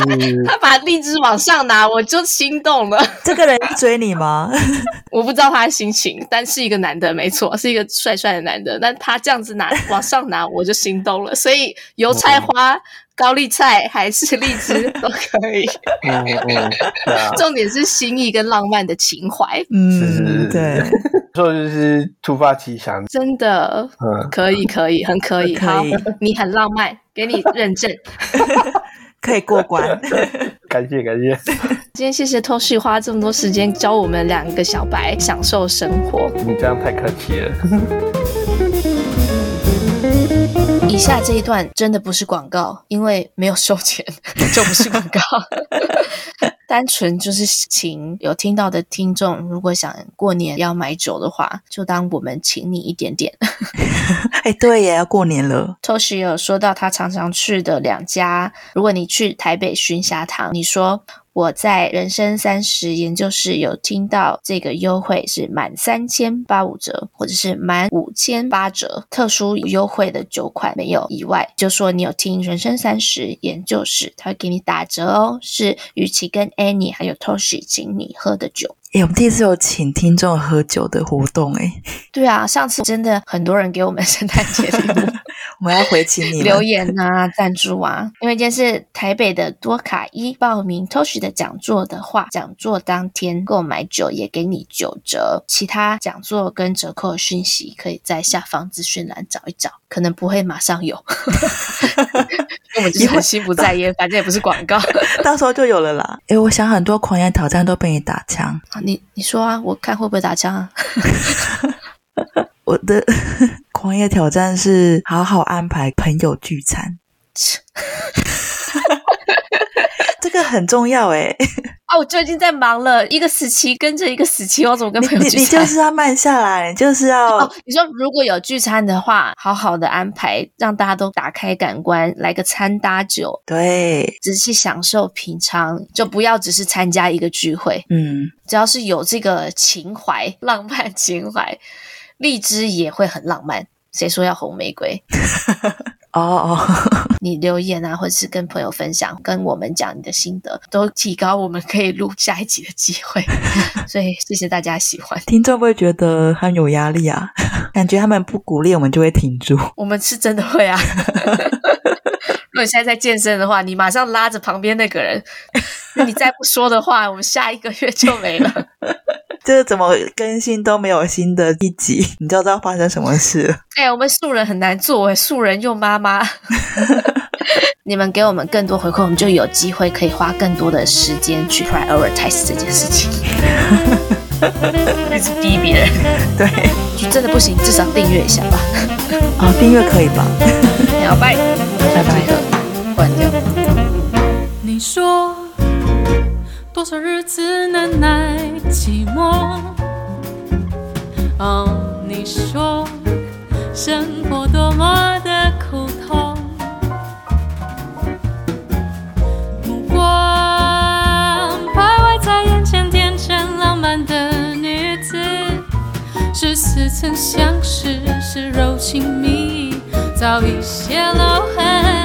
[SPEAKER 2] 他把荔枝往上拿，我就心动了。
[SPEAKER 1] 这个人追你吗？
[SPEAKER 2] 我不知道他的心情，但是一个男的没错，是一个帅帅的男的。但他这样子拿往上拿，我就心动了。所以油菜花、高丽菜还是荔枝都可 以，
[SPEAKER 6] 嗯嗯，对啊，
[SPEAKER 2] 重点是心意跟浪漫的情怀，
[SPEAKER 1] 嗯，对，
[SPEAKER 6] 所以就是突发奇想，
[SPEAKER 2] 真的
[SPEAKER 6] 嗯，
[SPEAKER 2] 可以，可以，很嗯可以。
[SPEAKER 1] 可
[SPEAKER 2] 好
[SPEAKER 1] 以，
[SPEAKER 2] 你很浪漫，给你认证。
[SPEAKER 1] 可以过关。
[SPEAKER 6] 感谢感谢，
[SPEAKER 3] 今天谢谢偷旭花这么多时间教我们两个小白享受生活。
[SPEAKER 6] 你这样太客气了。
[SPEAKER 2] 以下这一段真的不是广告，因为没有收钱， 就不是广告。 单纯就是请有听到的听众，如果想过年要买酒的话，就当我们请你一点点。
[SPEAKER 1] 哎，对耶，要过年了，
[SPEAKER 2] Toshi 有说到他常常去的两家，如果你去台北寻霞堂，你说我在人生三十研究室有听到这个优惠是满三千八五折，或者是满五千八折，特殊优惠的酒款没有以外，就说你有听人生三十研究室，他会给你打折哦。是雨琦跟 Annie 还有 Toshi 请你喝的酒。
[SPEAKER 1] 哎，我们第一次有请听众喝酒的活动，哎，
[SPEAKER 2] 对啊，上次真的很多人给我们圣诞节礼物。
[SPEAKER 1] 我们要回请你们
[SPEAKER 2] 留言啊、赞助啊。因为今天是台北的多卡一报名 Toshi 的讲座的话，讲座当天购买酒也给你九折，其他讲座跟折扣的讯息可以在下方资讯栏找一找，可能不会马上有。因为我们就是很心不在焉，反正也不是广告。
[SPEAKER 1] 到时候就有了啦。哎，我想很多狂言挑战都被你打枪，
[SPEAKER 2] 啊你你说啊，我看会不会打枪啊？
[SPEAKER 1] 我的 狂野挑战是好好安排朋友聚餐， 这个很重要哎。
[SPEAKER 2] 啊，我最近在忙了，一个时期跟着一个时期，我怎么跟
[SPEAKER 1] 你
[SPEAKER 2] 朋
[SPEAKER 1] 你
[SPEAKER 2] 友聚
[SPEAKER 1] 你
[SPEAKER 2] 餐？
[SPEAKER 1] 就是要慢下来，你就是要、
[SPEAKER 2] 哦，你说如果有聚餐的话，好好的安排，让大家都打开感官，来个餐搭酒，
[SPEAKER 1] 对，
[SPEAKER 2] 仔细享受品尝，就不要只是参加一个聚会，
[SPEAKER 1] 嗯，
[SPEAKER 2] 只要是有这个情怀，浪漫情怀，荔枝也会很浪漫。谁说要红玫瑰？
[SPEAKER 1] 哦哦，
[SPEAKER 2] 你留言啊，或者是跟朋友分享，跟我们讲你的心得，都提高我们可以录下一集的机会。 所以谢谢大家喜欢。
[SPEAKER 1] 听众会觉得很有压力啊， 感觉他们不鼓励我们就会停住。
[SPEAKER 2] 我们是真的会啊。 如果你现在在健身的话，你马上拉着旁边那个人，你再不说的话，我们下一个月就没了。
[SPEAKER 1] 这怎么更新都没有新的一集，你就知道发生什么事了。
[SPEAKER 2] 哎、我们素人很难做哎，素人又妈 妈。你们给我们更多回馈，我们就有机会可以花更多的时间去 prioritize 这件事情。 一直逼别人，
[SPEAKER 1] 对，
[SPEAKER 2] 就真的不行，至少订阅一下吧。
[SPEAKER 1] 啊、订阅可以吧？
[SPEAKER 2] 好，拜，
[SPEAKER 1] 拜拜。
[SPEAKER 2] 关掉。
[SPEAKER 5] 你说多少日子难耐寂寞？哦，你说生活多么的苦痛。目光徘徊在眼前天真浪漫的女子，是似曾相识，是柔情蜜意，早已泄露痕